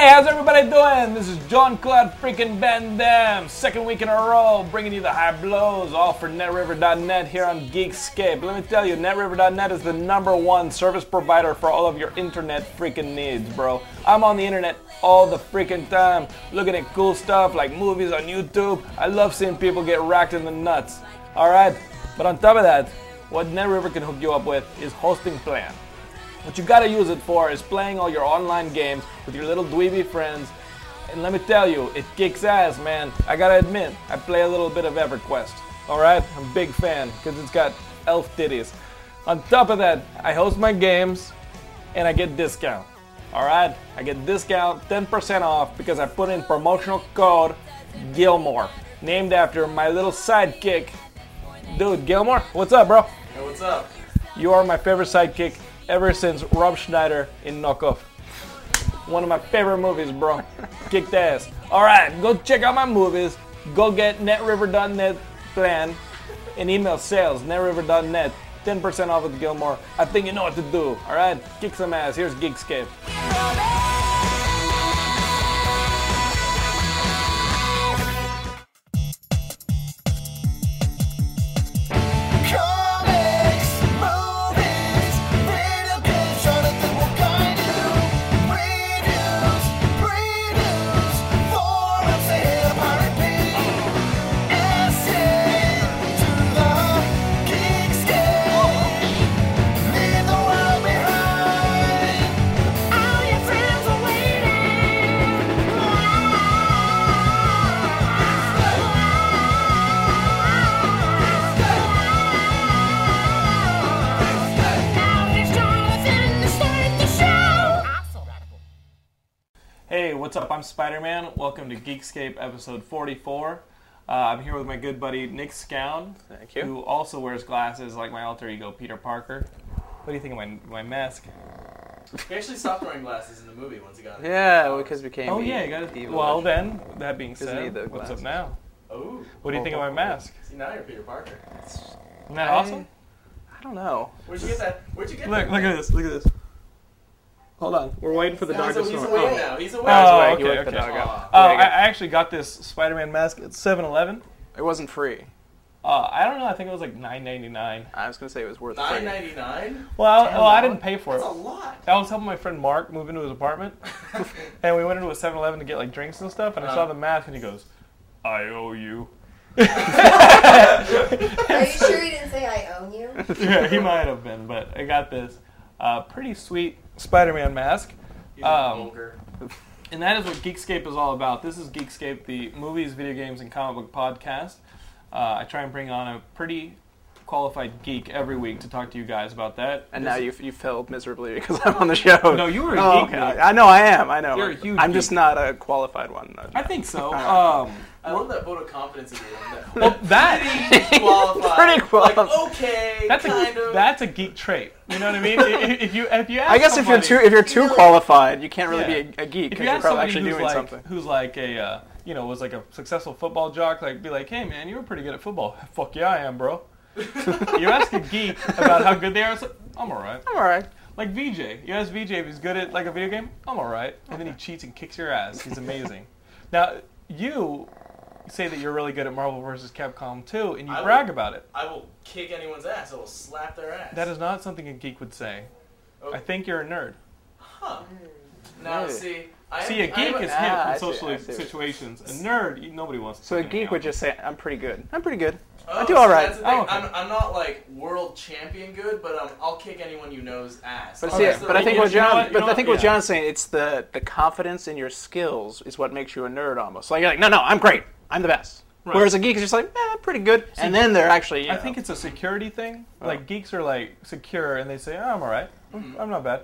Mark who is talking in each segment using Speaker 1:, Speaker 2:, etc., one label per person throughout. Speaker 1: everybody doing? This is John Claude freaking Van Dam, second week in a row, bringing you the high blows, all for NetRiver.net here on Geekscape. Let me tell you, NetRiver.net is the number one service provider for all of your internet freaking needs, bro. I'm on the internet all the freaking time, looking at cool stuff like movies on YouTube. I love seeing people get racked in the nuts. All right, but on top of that, what NetRiver can hook you up with is hosting plan. What you gotta use it for is playing all your online games with your little dweeby friends. And let me tell you, it kicks ass, man. I gotta admit, I play a little bit of EverQuest. Alright? I'm a big fan, because it's got elf ditties. On top of that, I host my games and I get discount. Alright? I get discount 10% off because I put in promotional code Gilmore, named after my little sidekick. Dude, Gilmore, what's up, bro?
Speaker 2: Hey, what's up?
Speaker 1: You are my favorite sidekick ever since Rob Schneider in Knock Off. One of my favorite movies, bro. Kicked ass. All right, go check out my movies. Go get netriver.net plan and email sales, netriver.net. 10% off with Gilmore. I think you know what to do. All right, kick some ass. Here's Geekscape.
Speaker 3: Comics, movies, video games, Jonathan will guide you. Reviews, previews, forums, they hit up our repeat. Essay to the Geekscape. Leave the world behind. All your friends are waiting. Now here's Jonathan to start the show.
Speaker 1: Hey, what's up? I'm Spider Man. Welcome to Geekscape episode 44. Uh, I'm here with my good buddy Nick Scown,
Speaker 2: Thank you.
Speaker 1: who also wears glasses like my alter ego Peter Parker. What do you think of my, my mask?
Speaker 2: He actually stopped wearing glasses in the movie once he got it.
Speaker 4: Yeah, because we came.
Speaker 1: Oh yeah, you got it. Well then, that being
Speaker 4: Doesn't
Speaker 1: said,
Speaker 4: need the
Speaker 1: what's up
Speaker 4: glasses.
Speaker 1: now?
Speaker 2: Oh,
Speaker 1: What do you think of my mask?
Speaker 2: see now you're Peter Parker.
Speaker 1: Isn't that
Speaker 4: I-
Speaker 1: awesome?
Speaker 4: I don't know.
Speaker 2: Where'd you get that? Where'd you get
Speaker 1: Look,
Speaker 2: that?
Speaker 1: look at this. Look at this. Hold on, we're waiting for the
Speaker 2: No,
Speaker 1: dog
Speaker 2: he's,
Speaker 1: to
Speaker 2: a, he's
Speaker 1: snore.
Speaker 2: awake
Speaker 1: Oh,
Speaker 2: now. He's awake.
Speaker 1: Oh,
Speaker 4: Wait, you
Speaker 1: okay,
Speaker 4: wake the
Speaker 1: okay.
Speaker 4: dog up.
Speaker 2: Aw.
Speaker 1: Oh, I,
Speaker 4: There you
Speaker 1: I
Speaker 4: go.
Speaker 1: actually got this Spider-Man mask at 7-Eleven.
Speaker 4: It wasn't free.
Speaker 1: Uh, I don't know. I think it was like 9.99.
Speaker 4: I was gonna say it was worth.
Speaker 2: Nine
Speaker 4: free.
Speaker 2: ninety nine.
Speaker 1: Well, I, well, I
Speaker 4: Damn,
Speaker 1: didn't pay for it.
Speaker 2: That's a lot.
Speaker 1: I was helping my friend Mark move into his apartment, and we went into a 7-Eleven to get like drinks and stuff. And I saw
Speaker 2: Uh.
Speaker 1: the mask, and he goes, "I owe you."
Speaker 5: Are you sure you didn't say I own you?
Speaker 1: yeah, he might have been, but I got this uh, pretty sweet Spider-Man mask.
Speaker 2: He's
Speaker 1: Um,
Speaker 2: a vulgar.
Speaker 1: And that is what Geekscape is all about. This is Geekscape, the movies, video games, and comic book podcast. Uh, I try and bring on a pretty qualified geek every week to talk to you guys about that.
Speaker 4: And
Speaker 1: This-
Speaker 4: now you you failed miserably because I'm on the show.
Speaker 1: No, you were a
Speaker 4: oh,
Speaker 1: geek,
Speaker 4: okay.
Speaker 1: Nick.
Speaker 4: I know I am. I know.
Speaker 1: You're a huge
Speaker 4: I'm just
Speaker 1: geek.
Speaker 4: not a qualified one. No,
Speaker 1: I think so. Um,
Speaker 2: I love that vote of confidence in you.
Speaker 1: well, that
Speaker 2: That qualified.
Speaker 4: Pretty qualified.
Speaker 2: Like, okay,
Speaker 1: that's
Speaker 2: kind
Speaker 1: a
Speaker 2: of.
Speaker 1: that's a geek trait. You know what I mean? if, if you if you ask
Speaker 4: I guess if you're
Speaker 1: somebody-
Speaker 4: too if you're too qualified, you can't really
Speaker 1: Yeah.
Speaker 4: be a, a geek
Speaker 1: if
Speaker 4: because
Speaker 1: you
Speaker 4: you're
Speaker 1: ask
Speaker 4: probably
Speaker 1: somebody
Speaker 4: actually
Speaker 1: who's
Speaker 4: doing
Speaker 1: like
Speaker 4: something.
Speaker 1: who's like a uh, you know was like a successful football jock, like be like, hey man, you were pretty good at football. Fuck yeah, I am, bro. you ask a geek about how good they are, it's like, I'm all right.
Speaker 4: I'm all right.
Speaker 1: Like VJ, you ask VJ if he's good at like a video game, I'm all right, and then he cheats and kicks your ass. He's amazing. now you say that you're really good at Marvel vs. Capcom 2, and you
Speaker 2: I
Speaker 1: brag
Speaker 2: would-
Speaker 1: about it.
Speaker 2: I will kick anyone's ass. I will slap their ass.
Speaker 1: That is not something a geek would say.
Speaker 2: Oh.
Speaker 1: I think you're a nerd.
Speaker 2: Huh. Now
Speaker 4: Really?
Speaker 2: see, I
Speaker 1: See, a
Speaker 2: am- I am
Speaker 1: geek is
Speaker 4: Ah,
Speaker 1: him
Speaker 4: I
Speaker 1: in
Speaker 4: see, I
Speaker 1: social
Speaker 4: see.
Speaker 1: situations. A nerd, you- nobody wants. to
Speaker 4: So a
Speaker 1: fucking hang
Speaker 4: geek
Speaker 1: out
Speaker 4: would
Speaker 1: with.
Speaker 4: just say, "I'm pretty good. I'm pretty good.
Speaker 2: Oh,
Speaker 4: I do all
Speaker 2: so
Speaker 4: right.
Speaker 2: that's the thing.
Speaker 1: Oh, okay.
Speaker 2: I'm, I'm not like world champion good, but um, I'll kick anyone you know's ass.
Speaker 4: But
Speaker 1: Oh,
Speaker 4: see,
Speaker 1: that's the
Speaker 4: but I
Speaker 1: right-
Speaker 4: think
Speaker 1: you
Speaker 4: what
Speaker 1: know
Speaker 4: John,
Speaker 1: what- you
Speaker 4: but
Speaker 1: know
Speaker 4: I
Speaker 1: what-
Speaker 4: think what
Speaker 1: yeah.
Speaker 4: John's saying, it's the the confidence in your skills is what makes you a nerd almost. Like you're like, no, no, I'm great, I'm the best.
Speaker 1: Right.
Speaker 4: Whereas a geek is just like, eh, pretty good, and then they're actually. You
Speaker 1: I think it's a security thing. Like geeks are like secure, and they say, oh, "I'm all right.
Speaker 2: Mm-hmm.
Speaker 1: I'm not bad."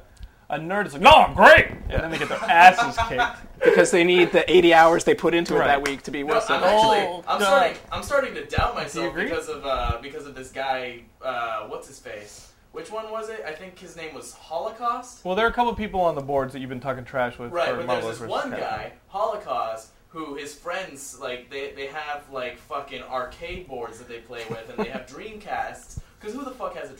Speaker 1: A nerd is like, "No, "Oh, I'm great," and then they get their asses kicked.
Speaker 4: because they need the 80 hours they put into
Speaker 1: Right.
Speaker 4: it that week to be
Speaker 2: No,
Speaker 4: worth
Speaker 2: I'm
Speaker 4: it.
Speaker 2: actually, I'm
Speaker 1: no.
Speaker 2: starting, I'm starting to doubt myself
Speaker 1: agree?
Speaker 2: because of uh, because of this guy. Uh, what's his face? Which one was it? I think his name was Holocaust.
Speaker 1: Well, there are a couple of people on the boards that you've been talking trash with.
Speaker 2: Right,
Speaker 1: for
Speaker 2: but
Speaker 1: Marvel
Speaker 2: there's this
Speaker 1: versus
Speaker 2: one
Speaker 1: Capcom.
Speaker 2: guy, Holocaust, who his friends like they they have like fucking arcade boards that they play with, and they have Dreamcasts. Because who the fuck has a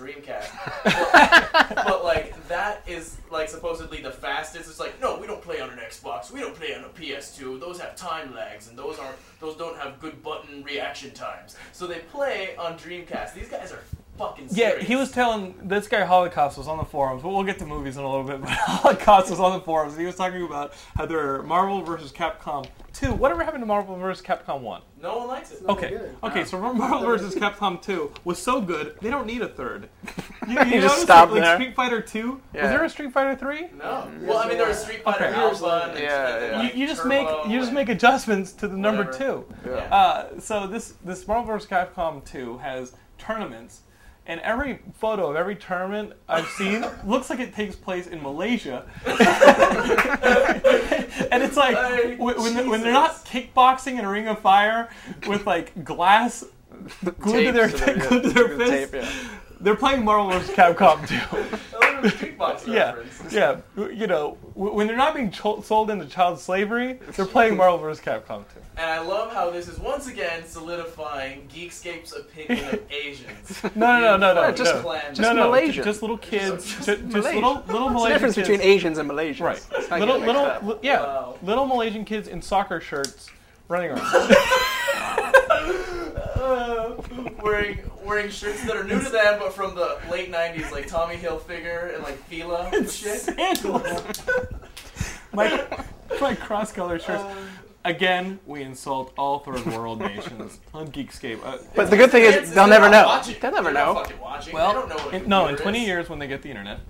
Speaker 2: Dreamcast? but, but, like that is like supposedly the fastest. It's like no, we don't play on an Xbox. We don't play on a PS2. Those have time lags, and those aren't. Those don't have good button reaction times. So they play on Dreamcast. These guys are fucking.
Speaker 1: Yeah,
Speaker 2: Serious.
Speaker 1: he was telling this guy Holocaust was on the forums, but we'll get to movies in a little bit. But Holocaust was on the forums, and he was talking about how there are Marvel versus Capcom two. Whatever happened to Marvel versus Capcom one?
Speaker 2: No one likes it.
Speaker 1: Okay, okay. So Marvel versus Capcom two was so good they don't need a third. You,
Speaker 4: You just
Speaker 1: notice,
Speaker 4: stop
Speaker 1: like,
Speaker 4: there.
Speaker 1: Like Street Fighter two.
Speaker 4: Yeah.
Speaker 1: Was there a Street Fighter three?
Speaker 2: No. Well, I mean, there was Street Fighter
Speaker 1: Okay.
Speaker 2: Alpha. And,
Speaker 4: Yeah, yeah.
Speaker 2: and,
Speaker 1: You,
Speaker 2: like,
Speaker 1: you just make
Speaker 2: Turbo
Speaker 1: you just
Speaker 2: and-
Speaker 1: make adjustments to the number
Speaker 2: Whatever.
Speaker 1: two.
Speaker 2: Yeah.
Speaker 1: Uh, so this this Marvel vs. Capcom 2 has tournaments, and every photo of every tournament I've seen looks like it takes place in Malaysia. and it's like
Speaker 2: Like,
Speaker 1: wh- when, they- when they're not kickboxing in a Ring of Fire with like glass glued Oh, to their,
Speaker 4: Tapes and
Speaker 1: glued to
Speaker 4: everything.
Speaker 1: their
Speaker 4: The
Speaker 1: fist,
Speaker 4: tape, yeah.
Speaker 1: they're playing Marvel vs. Capcom 2.
Speaker 2: A little Street Boxer
Speaker 1: Yeah,
Speaker 2: reference.
Speaker 1: yeah. w- You know, w- when they're not being cho- sold into child slavery, they're playing Marvel vs. Capcom 2.
Speaker 2: And I love how this is once again solidifying Geekscape's opinion of Asians.
Speaker 1: No, no, no, no, no.
Speaker 2: You
Speaker 1: no.
Speaker 2: fucking clan.
Speaker 1: no, no,
Speaker 4: Malaysian.
Speaker 1: ju- Just little kids. ju- Just,
Speaker 4: Malaysian.
Speaker 1: little, little
Speaker 4: What's the
Speaker 1: Malaysian
Speaker 4: difference
Speaker 1: kids.
Speaker 4: between Asians and Malaysians?
Speaker 1: Right.
Speaker 4: Let's not get
Speaker 1: Little,
Speaker 4: it mixed
Speaker 1: little,
Speaker 4: up.
Speaker 1: li- yeah.
Speaker 2: Wow.
Speaker 1: Little Malaysian kids in soccer shirts running around.
Speaker 2: Uh, wearing wearing shirts that are new to them, but from the late '90s, like Tommy Hilfiger and like Fila and shit.
Speaker 1: Sandals. my, my cross color shirts. Again, we insult all third world nations on Geekscape. Uh,
Speaker 4: But the good thing
Speaker 2: Kids,
Speaker 4: is they'll never
Speaker 2: not
Speaker 4: know.
Speaker 2: watching.
Speaker 4: They'll never
Speaker 2: They're not
Speaker 4: know.
Speaker 2: fucking watching.
Speaker 1: Well,
Speaker 2: they don't know what a
Speaker 1: in- no, in
Speaker 2: computer
Speaker 1: 20
Speaker 2: is.
Speaker 1: years when they get the internet,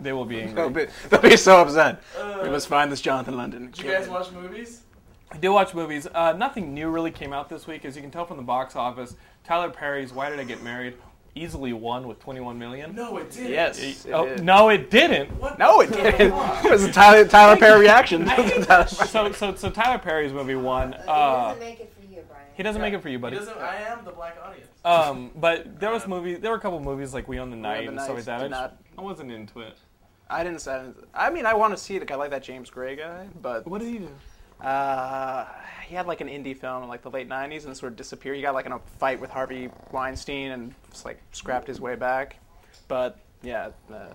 Speaker 1: they will be angry.
Speaker 4: They'll be, they'll be so upset.
Speaker 1: Uh,
Speaker 4: we must find this Jonathan London.
Speaker 2: Did you guys watch movies?
Speaker 1: I do watch movies. Uh, nothing new really came out this week, as you can tell from the box office. Tyler Perry's "Why Did I Get Married" easily won with 21 million.
Speaker 2: No, it didn't.
Speaker 4: Yes. it
Speaker 1: oh,
Speaker 4: did.
Speaker 1: no, it didn't.
Speaker 2: What?
Speaker 4: No, it didn't. it was a Tyler, Tyler Perry reaction.
Speaker 1: So, so, so Tyler Perry's movie won.
Speaker 6: He
Speaker 1: Uh,
Speaker 6: doesn't make it for you, Brian.
Speaker 1: he doesn't make it for you,
Speaker 2: It
Speaker 1: buddy.
Speaker 2: doesn't. I am the black audience.
Speaker 1: Um, but there was movie. There were a couple movies like "We Own the Night" and stuff like
Speaker 4: Nights
Speaker 1: that. I,
Speaker 4: did
Speaker 1: just-
Speaker 4: not-
Speaker 1: I wasn't into it.
Speaker 4: I didn't say. I mean, I want to see it. Like, I like that James Gray guy, but
Speaker 1: What did he do?
Speaker 4: uh, he had like an indie film in like the late '90s and sort of disappeared. He got like in a fight with Harvey Weinstein and just like scrapped his way back. But yeah, uh,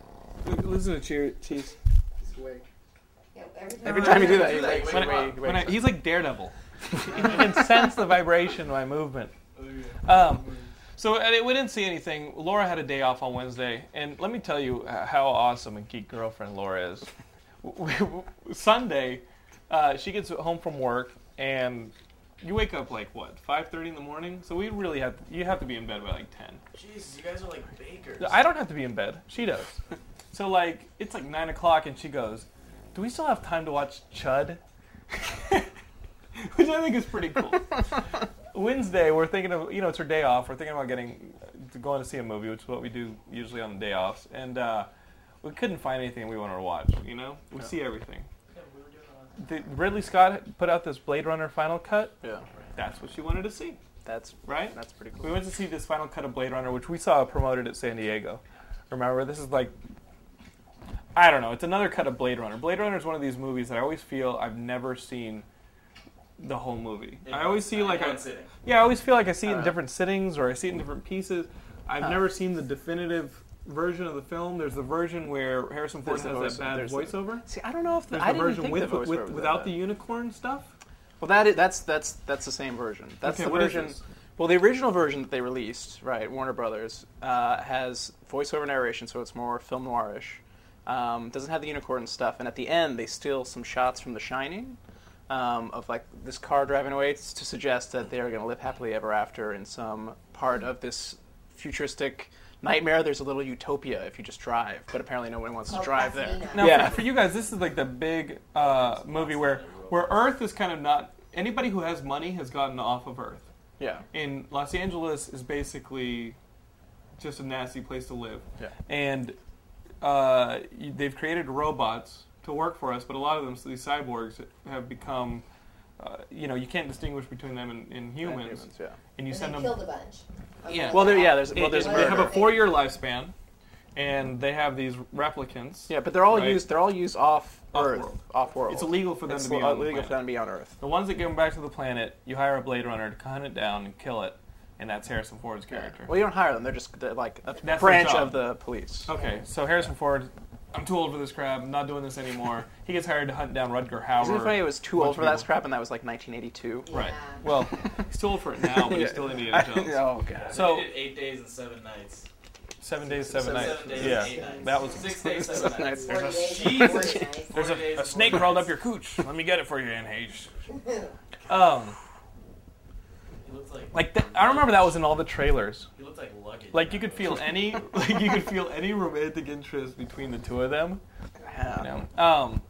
Speaker 1: Listen to cheer, cheese.
Speaker 6: Yeah, every time,
Speaker 4: every time you do that,
Speaker 2: do
Speaker 4: he
Speaker 2: that,
Speaker 4: wakes,
Speaker 2: you
Speaker 4: he
Speaker 2: wake
Speaker 4: wakes,
Speaker 2: up.
Speaker 4: he
Speaker 1: When I,
Speaker 4: wakes up.
Speaker 1: he's like Daredevil. he can sense the vibration of my movement.
Speaker 2: Oh,
Speaker 4: Uh,
Speaker 1: Um, so uh, we didn't see anything. Laura had a day off on Wednesday, and let me tell you uh, how awesome a geek girlfriend Laura is. Sunday, uh, she gets home from work, and you wake up like what 5:30 in the morning. So we really have you have to be in bed by like 10.
Speaker 2: Jesus, you guys are like bakers.
Speaker 1: I don't have to be in bed. She does. So like it's like nine o'clock and she goes, "Do we still have time to watch Chud?" Which I think is pretty cool. Wednesday, we're thinking of you know it's her day off. We're thinking about getting going to see a movie, which is what we do usually on the day offs. And uh, we couldn't find anything we wanted to watch. You know, we see everything.
Speaker 2: Yeah, we were doing all
Speaker 1: The, Ridley Scott put out this Blade Runner Final Cut.
Speaker 4: yeah,
Speaker 1: That's what she wanted to see,
Speaker 4: that's
Speaker 1: right?
Speaker 4: that's pretty
Speaker 1: We
Speaker 4: cool.
Speaker 1: went to see this final cut of Blade Runner, which we saw promoted at San Diego. Remember, this is like, I don't know, it's another cut of Blade Runner. Blade Runner is one of these movies that I always feel I've never seen the whole movie.
Speaker 2: In
Speaker 1: I always
Speaker 2: one-
Speaker 1: see
Speaker 2: in
Speaker 1: like
Speaker 2: one
Speaker 1: I,
Speaker 2: sitting.
Speaker 1: yeah, I always feel like I see it in
Speaker 4: Uh.
Speaker 1: different sittings or I see it in different pieces. I've never seen the definitive version of the film. There's the version where Harrison Ford
Speaker 4: There's the
Speaker 1: has that bad
Speaker 4: voice- there's the-
Speaker 1: voiceover.
Speaker 4: See, I don't know if the,
Speaker 1: There's
Speaker 4: I
Speaker 1: the
Speaker 4: didn't
Speaker 1: version
Speaker 4: think
Speaker 1: with,
Speaker 4: the voice
Speaker 1: with-
Speaker 4: was that
Speaker 1: without
Speaker 4: bad.
Speaker 1: the unicorn stuff.
Speaker 4: Well, that is, that's that's that's the same version. That's
Speaker 1: Okay,
Speaker 4: the
Speaker 1: what is
Speaker 4: version.
Speaker 1: this?
Speaker 4: Well, the original version that they released, right, Warner Brothers, uh, has voiceover narration, so it's more film noirish. Um, doesn't have the unicorn stuff, and at the end they steal some shots from The Shining, um, of like this car driving away s- to suggest that they are going to live happily ever after in some part of this futuristic nightmare. There's a little utopia if you just drive, but apparently no one wants to
Speaker 6: Oh,
Speaker 4: drive there.
Speaker 6: Pasadena.
Speaker 1: Now,
Speaker 4: Yeah.
Speaker 1: for, for you guys, this is like the big uh, movie where where Earth is kind of not anybody who has money has gotten off of Earth,
Speaker 4: Yeah.
Speaker 1: and Los Angeles is basically just a nasty place to live.
Speaker 4: Yeah.
Speaker 1: And uh, y- they've created robots to work for us, but a lot of them, so these cyborgs, have become. Uh, you know, you can't distinguish between them and, and humans.
Speaker 4: Humans, yeah.
Speaker 1: And you
Speaker 6: and
Speaker 1: send
Speaker 6: they
Speaker 1: them.
Speaker 6: killed a bunch. Okay.
Speaker 1: Yeah.
Speaker 4: Well, there, yeah. There's well,
Speaker 1: It-
Speaker 4: there's
Speaker 1: it-
Speaker 6: a
Speaker 1: they have a
Speaker 4: murder.
Speaker 6: murder.
Speaker 1: four-year lifespan, and they have these replicants.
Speaker 4: Yeah, but they're all
Speaker 1: Right.
Speaker 4: used. They're all used off, Earth,
Speaker 1: Off-world.
Speaker 4: off world.
Speaker 1: It's illegal for them
Speaker 4: It's uh,
Speaker 1: to be
Speaker 4: illegal
Speaker 1: on the planet.
Speaker 4: for them to be on Earth.
Speaker 1: The ones that get them back to the planet, you hire a Blade Runner to hunt it down and kill it, and that's Harrison Ford's character.
Speaker 4: Well, you don't hire them. They're just they're like a
Speaker 1: their
Speaker 4: branch
Speaker 1: job.
Speaker 4: of the police.
Speaker 1: Okay, so Harrison Ford, I'm too old for this crap. I'm not doing this anymore. he gets hired to hunt down Rudger Hauer.
Speaker 4: Isn't it funny? It was too old for
Speaker 1: people.
Speaker 4: that crap, and that was like 1982.
Speaker 1: Right.
Speaker 6: Yeah.
Speaker 1: Well, he's too old for it now, but he's still Indiana Jones.
Speaker 4: oh god.
Speaker 1: So
Speaker 2: They did eight days and seven nights.
Speaker 1: seven days, seven, nights.
Speaker 2: Seven days
Speaker 1: yeah,
Speaker 2: and eight nights.
Speaker 1: that was
Speaker 2: six days, seven
Speaker 4: Seven
Speaker 2: nights.
Speaker 4: nights.
Speaker 6: Forty days,
Speaker 2: Jesus.
Speaker 6: forty nights.
Speaker 1: There's
Speaker 2: Four days
Speaker 1: a, a
Speaker 2: and
Speaker 1: snake
Speaker 2: four
Speaker 1: crawled
Speaker 2: nights.
Speaker 1: up your cooch. Let me get it for you, NH. Um,
Speaker 2: He looked like
Speaker 1: like th- I remember that was in all the trailers.
Speaker 2: he looked like luggage.
Speaker 1: Like you could feel any, like you could feel any romantic interest between the two of them.
Speaker 4: Yeah.
Speaker 1: You know? Um,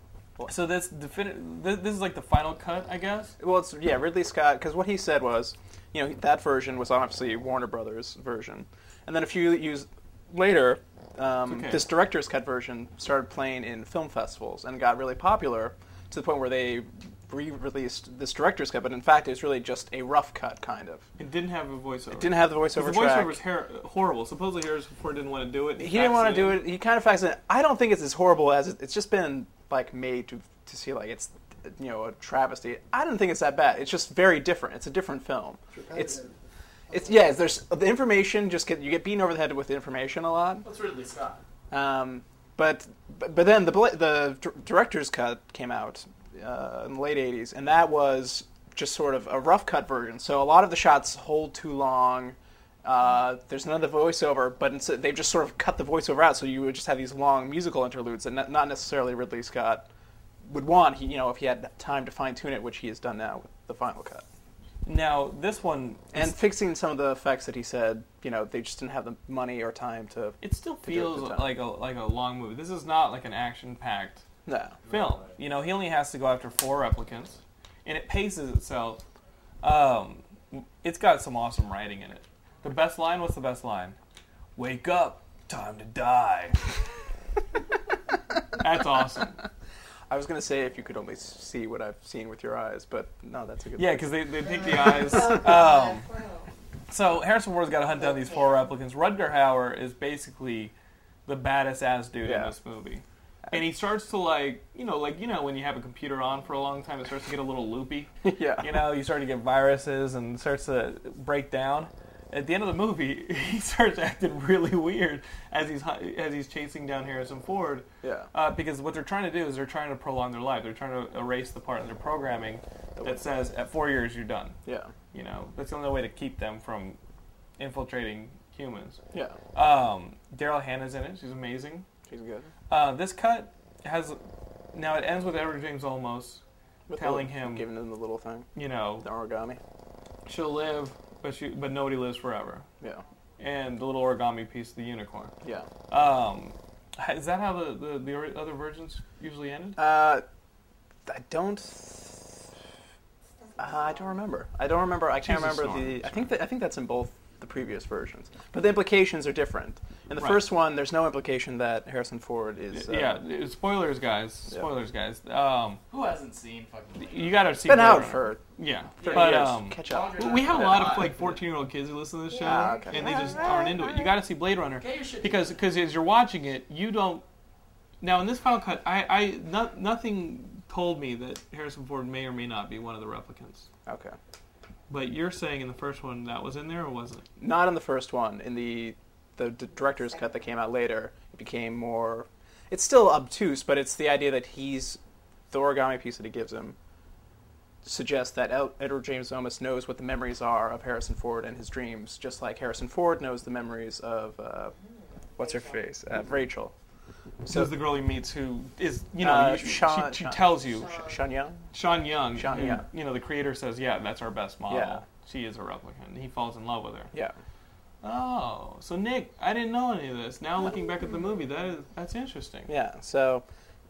Speaker 1: so this defini- th- this is like the final cut, I guess.
Speaker 4: Well, it's yeah, Ridley Scott. Because what he said was, you know, that version was obviously Warner Brothers version, and then a few years later, um,
Speaker 1: Okay.
Speaker 4: this director's cut version started playing in film festivals and got really popular to the point where they re-released this director's cut. But in fact, it was really just a rough cut, kind of.
Speaker 1: It didn't have a voiceover. It
Speaker 4: Didn't have the voiceover
Speaker 1: the
Speaker 4: track.
Speaker 1: voiceover was her- horrible. Supposedly Harrison Ford didn't want to do it.
Speaker 4: he didn't want to do it. He kind of faxed it. I don't think it's as horrible as it, it's just been like made to to see like it's you know a travesty. I don't think it's that bad. It's just very different. It's a different film. It's it's yeah. it's- There's the information. Just get you get beaten over the head with the information a lot.
Speaker 2: What's Ridley Scott?
Speaker 4: Um, but but but then the bla- the dir- director's cut came out uh, in the late '80s, and that was just sort of a rough cut version. So a lot of the shots hold too long. Uh, there's none of the voiceover, but instead they've just sort of cut the voiceover out, so you would just have these long musical interludes, and not- not necessarily Ridley Scott would want. He, you know, if he had time to fine tune it, which he has done now with the final cut,
Speaker 1: Now this one,
Speaker 4: and
Speaker 1: and
Speaker 4: fixing some of the effects that he said, you know, they just didn't have the money or time to.
Speaker 1: it still
Speaker 4: do it at
Speaker 1: feels
Speaker 4: the time.
Speaker 1: like a like a long movie. This is not like an action-packed
Speaker 4: No.
Speaker 1: film. You know, he only has to go after four replicants, and it paces itself. Um, it's got some awesome writing in it. The best line. What's the best line? Wake up, time to die. That's awesome.
Speaker 4: I was gonna say if you could only s- see what I've seen with your eyes, but no, that's a good.
Speaker 1: Yeah, because they, they take the eyes.
Speaker 6: Oh,
Speaker 1: Um,
Speaker 6: God, wow.
Speaker 1: So Harrison Ford's got to hunt down these four replicants. Rudger Hauer is basically the baddest ass dude in
Speaker 4: Yeah.
Speaker 1: this movie, and he starts to like you know like you know when you have a computer on for a long time, it starts to get a little loopy.
Speaker 4: yeah.
Speaker 1: You know, you start to get viruses and it starts to break down. At the end of the movie, he starts acting really weird as he's hu- as he's chasing down Harrison Ford.
Speaker 4: Yeah.
Speaker 1: Uh, because what they're trying to do is they're trying to prolong their life. They're trying to erase the part in their programming that says at four years you're done
Speaker 4: yeah,
Speaker 1: you know that's the only way to keep them from infiltrating humans
Speaker 4: yeah,
Speaker 1: um, daryl hannah's in it she's amazing
Speaker 4: she's good.
Speaker 1: uh, this cut has now it ends with edward james olmos
Speaker 4: With
Speaker 1: Telling
Speaker 4: the,
Speaker 1: him-
Speaker 4: giving him the little thing,
Speaker 1: you know
Speaker 4: the origami.
Speaker 1: she'll live but she but nobody lives forever
Speaker 4: Yeah,
Speaker 1: and the little origami piece of the unicorn
Speaker 4: yeah.
Speaker 1: um, is that how the, the, the ori- other versions usually ended
Speaker 4: Uh, I don't. Uh, I don't remember. I don't remember. I can't
Speaker 1: Jesus,
Speaker 4: remember
Speaker 1: Norm,
Speaker 4: the. I think that I think that's in both the previous versions, but the implications are different. In the
Speaker 1: Right.
Speaker 4: first one, there's no implication that Harrison Ford is. Uh,
Speaker 1: yeah spoilers guys
Speaker 4: Yeah.
Speaker 1: spoilers guys um,
Speaker 2: Who hasn't seen fucking?
Speaker 1: you gotta see
Speaker 4: Been
Speaker 1: Blade
Speaker 4: out
Speaker 1: Runner.
Speaker 4: for
Speaker 1: yeah
Speaker 4: 30
Speaker 1: but
Speaker 4: years.
Speaker 1: um,
Speaker 4: Catch up.
Speaker 2: Longer than
Speaker 1: We have a
Speaker 2: that.
Speaker 1: lot of like 14 year old kids who listen to this show,
Speaker 4: Ah, okay.
Speaker 1: and they just aren't into it. You got to see Blade Runner
Speaker 2: Okay, you should-
Speaker 1: because because as you're watching it, you don't. Now in this final cut, I I no, nothing told me that Harrison Ford may or may not be one of the replicants.
Speaker 4: Okay.
Speaker 1: But you're saying in the first one that was in there or wasn't? it?
Speaker 4: not in the first one in the the d- director's cut that came out later it became more it's still obtuse but it's the idea that he's the origami piece that he gives him suggests that El- edward james olmos knows what the memories are of harrison ford and his dreams just like harrison ford knows the memories of uh, what's her face uh, rachel
Speaker 1: So
Speaker 4: so
Speaker 1: the girl he meets who is you know
Speaker 4: Uh,
Speaker 1: you-
Speaker 4: Sean-
Speaker 1: she, she
Speaker 4: Sean-
Speaker 1: tells you
Speaker 6: Sean.
Speaker 4: sean young
Speaker 1: Sean Young,
Speaker 4: Sean
Speaker 1: who,
Speaker 4: Young.
Speaker 1: you know the creator says yeah that's our best model.
Speaker 4: Yeah.
Speaker 1: She is a replicant. He falls in love with her.
Speaker 4: yeah
Speaker 1: Oh, so Nick, I didn't know any of this. Now looking back at the movie, that is that's interesting.
Speaker 4: yeah so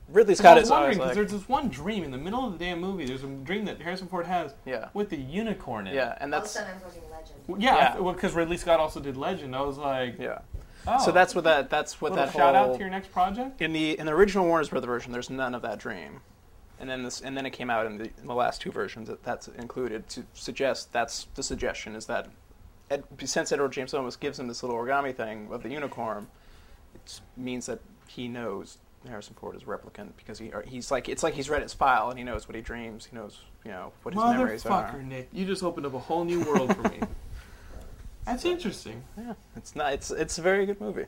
Speaker 4: ridley
Speaker 1: Because
Speaker 4: scott
Speaker 1: I was
Speaker 4: is
Speaker 1: wondering
Speaker 4: always
Speaker 1: because
Speaker 4: like,
Speaker 1: there's this one dream in the middle of the damn movie. There's a dream that Harrison Ford has
Speaker 4: yeah
Speaker 1: with the unicorn in it.
Speaker 4: yeah and that's
Speaker 6: Also, I'm watching Legend.
Speaker 1: Well, yeah.
Speaker 4: Yeah.
Speaker 1: I- Well, because Ridley Scott also did Legend. I was like,
Speaker 4: yeah
Speaker 1: oh,
Speaker 4: so that's what that that's what
Speaker 1: little
Speaker 4: that
Speaker 1: shout
Speaker 4: whole-
Speaker 1: out to your next project.
Speaker 4: in the in the original Warner's Brother version, there's none of that dream, and then this and then it came out in the, in the last two versions that that's included to suggest that's the suggestion is that Ed, since Edward James Olmos gives him this little origami thing of the unicorn, it means that he knows Harrison Ford is a replicant because he or he's like it's like he's read his file and he knows what he dreams, he knows you know what his memories are.
Speaker 1: Motherfucker, Nick, you just opened up a whole new world for me. That's interesting.
Speaker 4: It's not. It's it's a very good movie.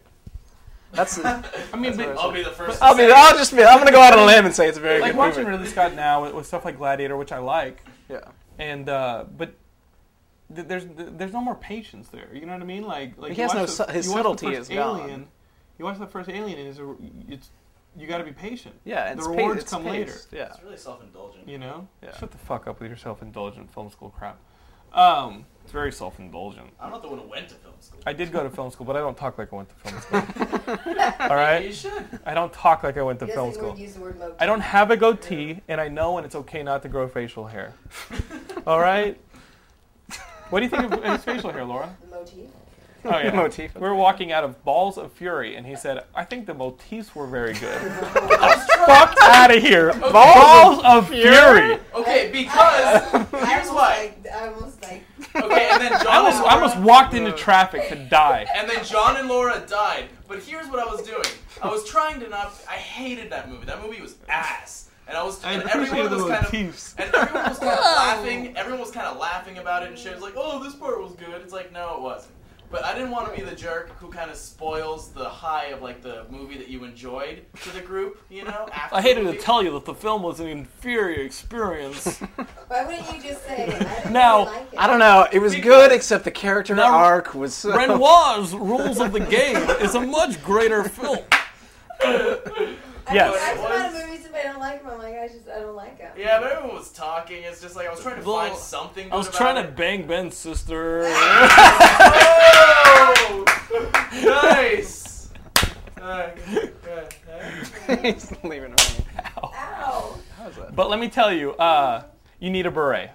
Speaker 4: That's.
Speaker 1: I mean, but,
Speaker 2: I'll be the first. to
Speaker 4: I'll be.
Speaker 2: say
Speaker 4: I'll just be. I'm gonna go out on a limb and say it's a very
Speaker 1: like
Speaker 4: good
Speaker 1: watching
Speaker 4: movie.
Speaker 1: Ridley Scott now with, with stuff like Gladiator, which I like,
Speaker 4: Yeah.
Speaker 1: and uh, but th- there's th- there's no more patience there. You know what I mean? Like like
Speaker 4: He
Speaker 1: you
Speaker 4: has
Speaker 1: watch
Speaker 4: no
Speaker 1: the-
Speaker 4: su- his
Speaker 1: you watch the
Speaker 4: subtlety
Speaker 1: first
Speaker 4: is gone.
Speaker 1: Alien, You watch the first Alien, and it's, a, it's you got to be patient.
Speaker 4: Yeah. and
Speaker 1: The
Speaker 4: it's pa-
Speaker 1: rewards
Speaker 4: it's
Speaker 1: come later.
Speaker 4: paced, Yeah.
Speaker 2: It's really self-indulgent.
Speaker 1: You know?
Speaker 4: Yeah.
Speaker 1: Shut the fuck up with your self-indulgent film school crap. Um, it's very self-indulgent.
Speaker 2: I'm not the one who went to film school.
Speaker 1: I did go to film school, but I don't talk like I went to film school. All right?
Speaker 2: You should.
Speaker 1: I don't talk like I went to
Speaker 6: He
Speaker 1: film
Speaker 6: doesn't
Speaker 1: school.
Speaker 6: even use the word moped.
Speaker 1: I don't have a goatee, and I know when it's okay not to grow facial hair. All right? What do you think of his facial hair, Laura?
Speaker 6: The motif.
Speaker 1: Oh, yeah.
Speaker 4: Motif.
Speaker 1: We were walking out of Balls of Fury, and he said, I think the motifs were very good.
Speaker 2: I was trying-
Speaker 1: Fuck out of here. Balls of Fury.
Speaker 2: Okay, because here's
Speaker 6: I almost
Speaker 2: why.
Speaker 6: Like, I almost like.
Speaker 2: Okay, and then John
Speaker 1: I almost,
Speaker 2: and
Speaker 1: I
Speaker 2: Laura,
Speaker 1: almost walked into traffic to die.
Speaker 2: and then John and Laura died. But here's what I was doing. I was trying to not. I hated that movie. That movie was ass. And I was. And everyone was kind of. And everyone was kind of laughing. Everyone was kind of laughing about it and shit. It was like, oh, this part was good. It's like, no, it wasn't. But I didn't want to be the jerk who kind of spoils the high of like the movie that you enjoyed to the group. You know. After
Speaker 7: I hated to
Speaker 2: the movie.
Speaker 7: tell you that the film was an inferior experience.
Speaker 6: Why wouldn't you just say? I didn't
Speaker 7: Now,
Speaker 6: really like it.
Speaker 4: I don't know. It was
Speaker 2: Because-
Speaker 4: good, except the character
Speaker 7: Now,
Speaker 4: arc was. So,
Speaker 7: Renoir's Rules of the Game is a much greater film.
Speaker 6: I
Speaker 1: Yes.
Speaker 6: mean, I've seen a lot of
Speaker 2: Was-
Speaker 6: movies and I don't like them. I'm like, I just, I don't like them.
Speaker 2: Yeah, but everyone was talking. It's just like I was trying to
Speaker 7: Well,
Speaker 2: find something. Good
Speaker 7: I was
Speaker 2: about
Speaker 7: trying
Speaker 2: it.
Speaker 7: to bang Ben's sister.
Speaker 2: Oh! nice. Uh, good.
Speaker 4: He's leaving it
Speaker 6: Ow.
Speaker 1: But let me tell you, uh, you need a beret.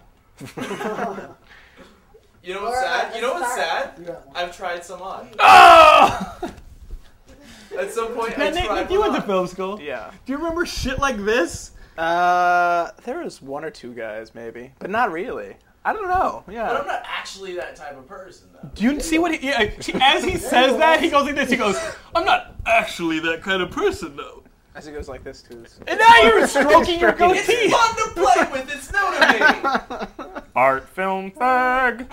Speaker 2: You know what's
Speaker 6: Or
Speaker 2: sad?
Speaker 6: a
Speaker 2: You know what's
Speaker 6: scarf.
Speaker 2: sad? I've tried some on.
Speaker 1: Oh!
Speaker 2: At some point, I
Speaker 1: Man, Nate,
Speaker 2: tried
Speaker 1: Nick, you
Speaker 2: one
Speaker 1: went to
Speaker 2: on.
Speaker 1: film school.
Speaker 4: Yeah.
Speaker 1: Do you remember shit like this?
Speaker 4: Uh, there was one or two guys maybe, but not really. I don't know.
Speaker 2: But I'm
Speaker 4: Yeah.
Speaker 2: not actually that type of person, though.
Speaker 1: Do you see what he? Yeah, he- as he says that, he goes like this. He goes, "I'm not actually that kind of person, though."
Speaker 4: As it goes like this too. it's-
Speaker 1: And now you're stroking your
Speaker 4: Stroking it.
Speaker 1: goatee.
Speaker 2: It's fun to play with. It's new to me.
Speaker 1: Art film fag.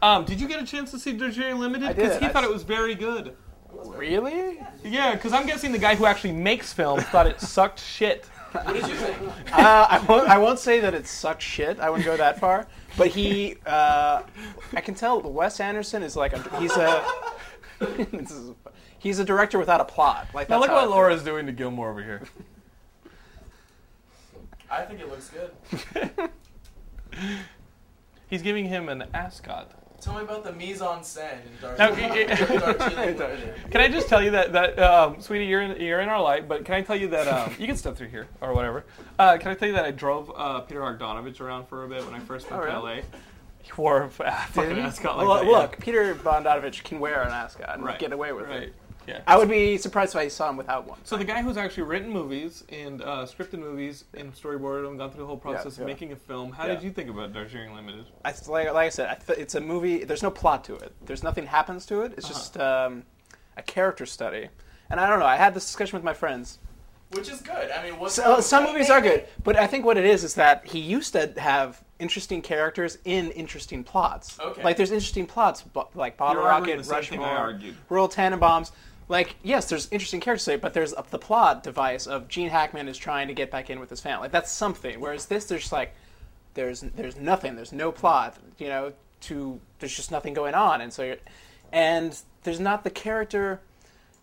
Speaker 1: Um, did you get a chance to see Dejay Limited?
Speaker 4: I did.
Speaker 1: Because he
Speaker 4: I
Speaker 1: thought
Speaker 4: s-
Speaker 1: it was very good.
Speaker 4: Really?
Speaker 1: Yeah, because I'm guessing the guy who actually makes films thought it sucked shit.
Speaker 2: What did you think?
Speaker 4: Uh, I won't. I won't say that it sucked shit. I wouldn't go that far. But he, uh, I can tell Wes Anderson is like a, he's a. this is, he's a director without a plot. Like
Speaker 1: Now
Speaker 4: that's
Speaker 1: look
Speaker 4: how I
Speaker 1: what
Speaker 4: feel.
Speaker 1: Laura's doing to Gilmore over here.
Speaker 2: I think it looks good.
Speaker 1: He's giving him an ascot.
Speaker 2: Tell me about the mise en scène in Dark.
Speaker 1: Now, it- it-
Speaker 2: Dark Chili Blizzard.
Speaker 1: Can I just tell you that that um, sweetie, you're in, you're in our light, but can I tell you that um, you can step through here or whatever? Uh, can I tell you that I drove uh, Peter Bogdanovich around for a bit when I first went
Speaker 4: Oh,
Speaker 1: to
Speaker 4: really?
Speaker 1: LA? He wore a f- a fucking
Speaker 4: Did he?
Speaker 1: ascot like
Speaker 4: Well,
Speaker 1: that. yeah.
Speaker 4: look, Peter Bondovich can wear an ascot and
Speaker 1: Right,
Speaker 4: get away with
Speaker 1: right,
Speaker 4: it.
Speaker 1: yeah.
Speaker 4: I would be surprised if I saw him without one.
Speaker 1: So the guy who's actually written movies and uh, scripted movies and storyboarded them, gone through the whole process
Speaker 4: yeah.
Speaker 1: of making a film. How
Speaker 4: Yeah.
Speaker 1: did you think about Darjeeling Limited?
Speaker 4: I, like, like I said, I th- it's a movie. There's no plot to it. There's nothing happens to it. It's
Speaker 1: Uh-huh.
Speaker 4: just um, a character study. And I don't know. I had this discussion with my friends.
Speaker 2: Which is good. I mean, what's
Speaker 4: So,
Speaker 2: wrong
Speaker 4: uh,
Speaker 2: with
Speaker 4: some
Speaker 2: that?
Speaker 4: movies are good, but I think what it is is that he used to have interesting characters in interesting plots.
Speaker 2: Okay.
Speaker 4: Like there's interesting plots, bo- like Bottle
Speaker 1: You're arguing
Speaker 4: Rocket,
Speaker 1: the same thing I
Speaker 4: Rushmore,
Speaker 1: argued.
Speaker 4: Royal Tannenbaums. Like yes, there's interesting characters, there, but there's uh, the plot device of Gene Hackman is trying to get back in with his family. That's something. Whereas this, there's just like there's there's nothing. There's no plot. You know, to there's just nothing going on, and so you're, and there's not the character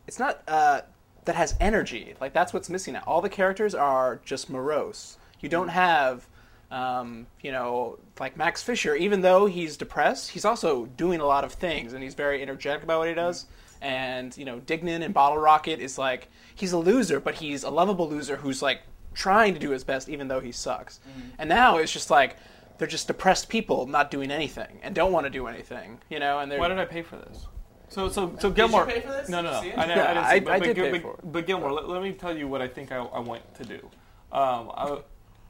Speaker 4: it's not uh, that has energy. Like that's what's missing. Now. All the characters are just morose. You don't have, um, you know, like Max Fisher. Even though he's depressed, he's also doing a lot of things, and he's very energetic about what he does. And you know, Dignan and Bottle Rocket is like he's a loser, but he's a lovable loser who's like trying to do his best, even though he sucks. And now it's just like they're just depressed people not doing anything and don't want to do anything. You know, and they're
Speaker 1: Why did I pay for this? So, so, so Gilmore.
Speaker 2: pay for this?
Speaker 1: No, no, no.
Speaker 2: Did you see it?
Speaker 1: I, know,
Speaker 4: Yeah,
Speaker 1: I didn't see
Speaker 4: I-
Speaker 1: it, but,
Speaker 4: I
Speaker 1: but
Speaker 4: did
Speaker 1: Gil-
Speaker 4: pay
Speaker 1: but-
Speaker 4: for it.
Speaker 1: But Gilmore, let, let me tell you what I think I, I want to do. Um, I,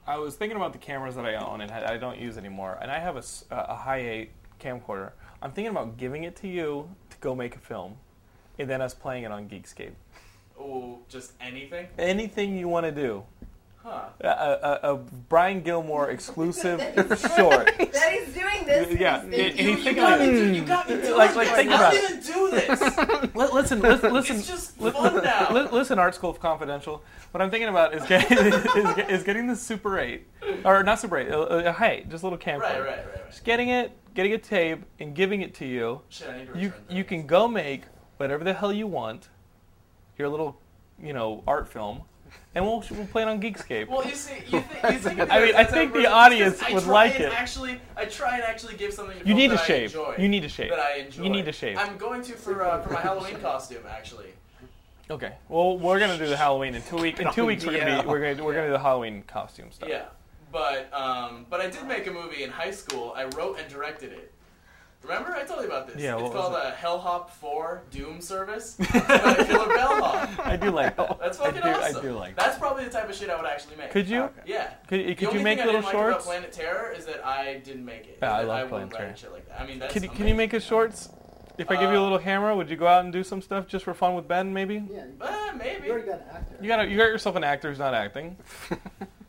Speaker 1: I was thinking about the cameras that I own and I I don't use anymore, and I have a, s- a high eight camcorder. I'm thinking about giving it to you to go make a film, and then us playing it on Geekscape.
Speaker 2: Oh, just anything?
Speaker 1: Anything you want to do.
Speaker 2: Huh.
Speaker 1: A, a, a Brian Gilmore exclusive short.
Speaker 6: That he's doing this.
Speaker 1: Yeah,
Speaker 6: he's
Speaker 1: and- and
Speaker 6: thinking-
Speaker 1: he's thinking
Speaker 2: got
Speaker 1: like,
Speaker 2: me, dude, you got me doing
Speaker 1: Like- like,
Speaker 2: this.
Speaker 1: think about
Speaker 2: I
Speaker 1: it.
Speaker 2: didn't do this.
Speaker 1: Li- listen, lis- listen,
Speaker 2: It's just
Speaker 1: li-
Speaker 2: fun
Speaker 1: li-
Speaker 2: now.
Speaker 1: li- listen, Art School of Confidential. What I'm thinking about is getting, is, get- is getting the Super 8, or not Super 8, a, a height, just a little camera.
Speaker 2: right, right, right, right.
Speaker 1: Just getting it, getting a tape, and giving it to you.
Speaker 2: Shit, I need to return
Speaker 1: You
Speaker 2: that.
Speaker 1: you can go make whatever the hell you want, your little, you know, art film, and we'll we'll play it on Geekscape.
Speaker 2: Well, you see, you think, you think of
Speaker 1: I mean,
Speaker 2: it
Speaker 1: I
Speaker 2: as
Speaker 1: think
Speaker 2: a
Speaker 1: the
Speaker 2: version-
Speaker 1: audience
Speaker 2: I
Speaker 1: would
Speaker 2: try
Speaker 1: like
Speaker 2: and
Speaker 1: it.
Speaker 2: Actually, I try and actually give something. To
Speaker 1: you
Speaker 2: people
Speaker 1: need
Speaker 2: that
Speaker 1: to
Speaker 2: I
Speaker 1: shave.
Speaker 2: enjoy,
Speaker 1: You need to shave.
Speaker 2: That I enjoy.
Speaker 1: You need to shave.
Speaker 2: I'm going to for uh, for my Halloween costume actually.
Speaker 1: Okay. Well, we're gonna do the Halloween in two weeks. In two weeks, we're gonna be we're gonna we're gonna do the Halloween costume stuff.
Speaker 2: Yeah, but um, but I did make a movie in high school. I wrote and directed it. Remember, I told you about this.
Speaker 1: Yeah,
Speaker 2: it's
Speaker 1: what was
Speaker 2: called
Speaker 1: it?
Speaker 2: uh, Hell Hop Four Doom Service. It's about a killer bellhop.
Speaker 1: I do like that.
Speaker 2: That's
Speaker 1: I
Speaker 2: fucking
Speaker 1: do, I
Speaker 2: awesome.
Speaker 1: do like. That.
Speaker 2: That's probably the type of shit I would actually make.
Speaker 1: Could you?
Speaker 4: Okay.
Speaker 2: Yeah.
Speaker 1: Could, could
Speaker 2: the
Speaker 1: you
Speaker 2: only
Speaker 1: make
Speaker 2: thing
Speaker 1: little
Speaker 2: I didn't Like about
Speaker 1: shorts?
Speaker 2: Planet Terror is that I didn't make it.
Speaker 1: Yeah, I
Speaker 2: That
Speaker 1: love
Speaker 2: wouldn't
Speaker 1: Planet
Speaker 2: write
Speaker 1: Terror.
Speaker 2: Shit like that. I mean, that's
Speaker 1: Can you, can you make us
Speaker 2: amazing.
Speaker 1: shorts? If I give you a
Speaker 2: Uh,
Speaker 1: little hammer, would you go out and do some stuff just for fun with Ben? Maybe.
Speaker 8: Yeah, you,
Speaker 2: Uh, maybe.
Speaker 8: you already got an actor.
Speaker 1: You got you got yourself an actor who's not acting.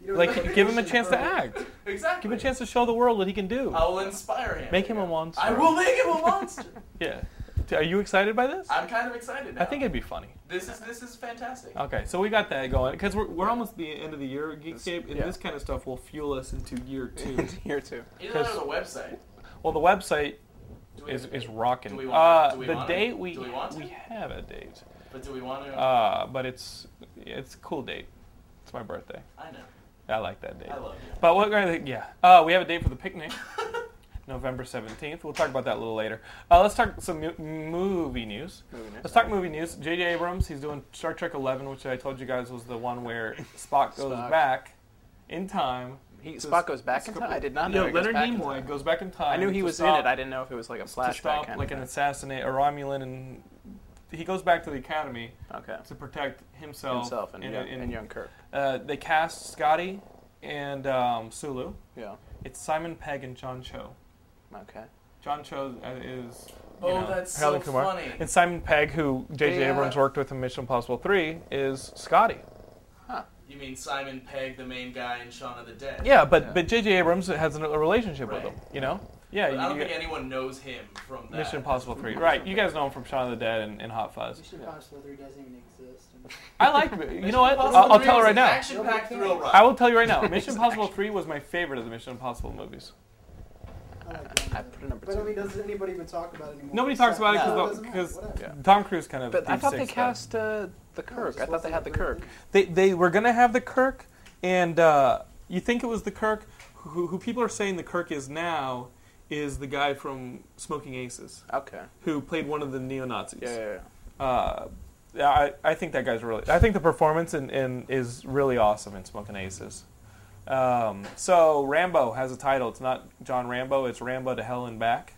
Speaker 8: You don't
Speaker 1: Like,
Speaker 8: really need
Speaker 1: give him a
Speaker 8: shit
Speaker 1: chance
Speaker 8: for
Speaker 1: to
Speaker 8: it.
Speaker 1: act.
Speaker 2: Exactly.
Speaker 1: Give him a chance to show the world what he can do.
Speaker 2: I will inspire him.
Speaker 1: Make him
Speaker 2: There
Speaker 1: a
Speaker 2: you go.
Speaker 1: monster.
Speaker 2: I will make him a monster.
Speaker 1: Yeah. T- Are you excited by this?
Speaker 2: I'm kind of excited now.
Speaker 1: I think Uh, it'd be funny.
Speaker 2: this is this is fantastic.
Speaker 1: Okay, so we got that going because we're, we're almost the end of the year at Geekscape, and
Speaker 4: yeah.
Speaker 1: this kind of stuff will fuel us into year two.
Speaker 4: In here too.
Speaker 2: Either that or
Speaker 1: 'cause-
Speaker 2: the website.
Speaker 1: well, the website
Speaker 2: Do we-
Speaker 1: is is rocking.
Speaker 2: Do we
Speaker 1: uh,
Speaker 2: want- do we
Speaker 1: the
Speaker 2: want it?
Speaker 1: date we
Speaker 2: Do we want
Speaker 1: we
Speaker 2: it?
Speaker 1: have a date,
Speaker 2: But do we want to?
Speaker 1: uh, but it's it's a cool date. It's my birthday.
Speaker 2: I know.
Speaker 1: I like that date.
Speaker 2: I love you.
Speaker 1: But what? Yeah, uh, we have a date for the picnic, November seventeenth. We'll talk about that a little later. Uh, let's talk some mu- movie news.
Speaker 4: Movie news.
Speaker 1: Let's talk movie news. J.J. Abrams, he's doing Star Trek Eleven, which I told you guys was the one where Spock goes
Speaker 4: Spock.
Speaker 1: back in time.
Speaker 4: He,
Speaker 1: Just-
Speaker 4: Spock goes back in
Speaker 1: just-
Speaker 4: time. I did not
Speaker 1: Yeah,
Speaker 4: know. he goes
Speaker 1: Leonard
Speaker 4: back in
Speaker 1: Nimoy
Speaker 4: time.
Speaker 1: goes back in time.
Speaker 4: I knew he
Speaker 1: to
Speaker 4: was
Speaker 1: stop-
Speaker 4: in it. I didn't know if it was like a
Speaker 1: to
Speaker 4: flashback.
Speaker 1: stop
Speaker 4: kind
Speaker 1: like
Speaker 4: of
Speaker 1: an
Speaker 4: thing.
Speaker 1: assassinate a Romulan, and he goes back to the Academy
Speaker 4: okay.
Speaker 1: to protect himself.
Speaker 4: Himself and, young, and young Kirk.
Speaker 1: Uh, they cast Scotty and um, Sulu.
Speaker 4: Yeah.
Speaker 1: It's Simon Pegg and John Cho.
Speaker 4: Okay.
Speaker 1: John Cho uh, is. you
Speaker 2: Oh,
Speaker 1: know,
Speaker 2: that's
Speaker 1: Harold
Speaker 2: so
Speaker 1: Kumar.
Speaker 2: funny.
Speaker 1: And Simon Pegg, who J.J.
Speaker 4: Yeah.
Speaker 1: Abrams worked with in Mission Impossible 3, is Scotty.
Speaker 2: You mean Simon Pegg, the main guy in Shaun of the Dead?
Speaker 1: Yeah, but
Speaker 4: Yeah.
Speaker 1: but J.J. Abrams has a relationship
Speaker 2: Right.
Speaker 1: with him, you know? Yeah,
Speaker 2: But I
Speaker 1: you,
Speaker 2: don't
Speaker 1: you
Speaker 2: think anyone knows him from that.
Speaker 1: Mission Impossible 3. Right, you guys know him from Shaun of the Dead and, and Hot Fuzz.
Speaker 8: Mission Impossible 3 doesn't even exist.
Speaker 1: I like You know what?
Speaker 2: Impossible
Speaker 1: I'll, I'll
Speaker 2: 3
Speaker 1: tell her
Speaker 2: was
Speaker 1: right
Speaker 2: an
Speaker 1: now.
Speaker 2: Action-packed
Speaker 8: Nobody
Speaker 2: thrill
Speaker 8: cares.
Speaker 2: ride.
Speaker 1: I will tell you right now. Mission Impossible 3 was my favorite of the Mission Impossible movies.
Speaker 8: I, like
Speaker 4: I
Speaker 8: that.
Speaker 4: put a number
Speaker 8: But I
Speaker 4: two.
Speaker 8: mean, does anybody even talk about it anymore?
Speaker 1: Nobody talks about it
Speaker 4: No.
Speaker 8: No, it
Speaker 1: because
Speaker 8: doesn't matter, whatever.
Speaker 4: Yeah.
Speaker 1: Tom Cruise kind of.
Speaker 4: But I
Speaker 1: deep
Speaker 4: thought they
Speaker 1: six them.
Speaker 4: cast uh, the
Speaker 8: No, it
Speaker 4: Kirk.
Speaker 8: just
Speaker 4: I thought they
Speaker 8: wasn't
Speaker 4: had the
Speaker 8: a great
Speaker 4: Kirk.
Speaker 8: movie.
Speaker 1: They they were gonna have the Kirk, and uh, you think it was the Kirk who, who people are saying the Kirk is now is the guy from Smoking Aces
Speaker 4: Okay.
Speaker 1: who played one of the neo Nazis.
Speaker 4: Yeah, yeah, yeah.
Speaker 1: Uh, I I think that guy's really. I think the performance in, in is really awesome in Smoking Aces. Um, so Rambo has a title. It's not John Rambo. It's Rambo to Hell and Back.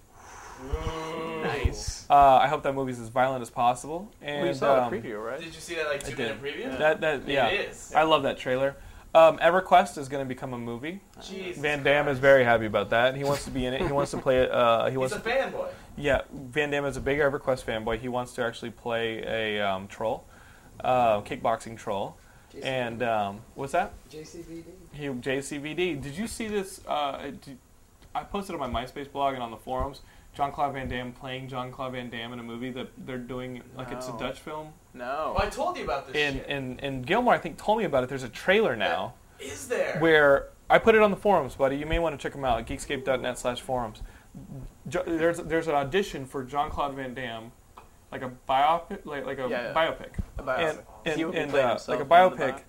Speaker 2: Ooh.
Speaker 4: Nice.
Speaker 1: Uh, I hope that movie's as violent as possible. And
Speaker 4: we saw
Speaker 1: um,
Speaker 4: the preview, right?
Speaker 2: Did you see that like
Speaker 1: I
Speaker 2: two minute
Speaker 1: did.
Speaker 2: preview?
Speaker 1: That that yeah.
Speaker 2: It is.
Speaker 1: I love that trailer. Um, EverQuest is going to become a movie.
Speaker 2: Jesus
Speaker 1: Van Damme is
Speaker 2: Christ.
Speaker 1: very happy about that. He wants to be in it. He wants to play it. Uh, he
Speaker 2: He's
Speaker 1: wants.
Speaker 2: a fanboy.
Speaker 1: yeah, Van Damme is a big EverQuest fanboy. He wants to actually play a um, troll, uh, kickboxing troll.
Speaker 8: JCVD.
Speaker 1: And um, what's that?
Speaker 8: JCVD.
Speaker 1: He JCVD. Did you see this? Uh, did, I posted on my MySpace blog and on the forums. John Claude Van Damme playing John Claude Van Damme in a movie that they're doing like it's a
Speaker 4: No.
Speaker 1: Dutch film.
Speaker 4: No.
Speaker 1: Oh.
Speaker 2: Well, I told you about this
Speaker 1: And,
Speaker 2: shit.
Speaker 1: and and Gilmore, I think, told me about it. There's a trailer now.
Speaker 2: is there?
Speaker 1: where I put it on the forums, buddy. You may want to check them out at geekscape.net slash forums. Jo- There's, there's an audition for John Claude Van Damme, like a biopic, like, like a
Speaker 4: Yeah, yeah.
Speaker 1: biopic,
Speaker 4: A biopic.
Speaker 1: and, and,
Speaker 4: He would be
Speaker 1: and,
Speaker 4: playing
Speaker 1: uh,
Speaker 4: himself
Speaker 1: like a
Speaker 4: in the
Speaker 1: biopic,
Speaker 4: biopic.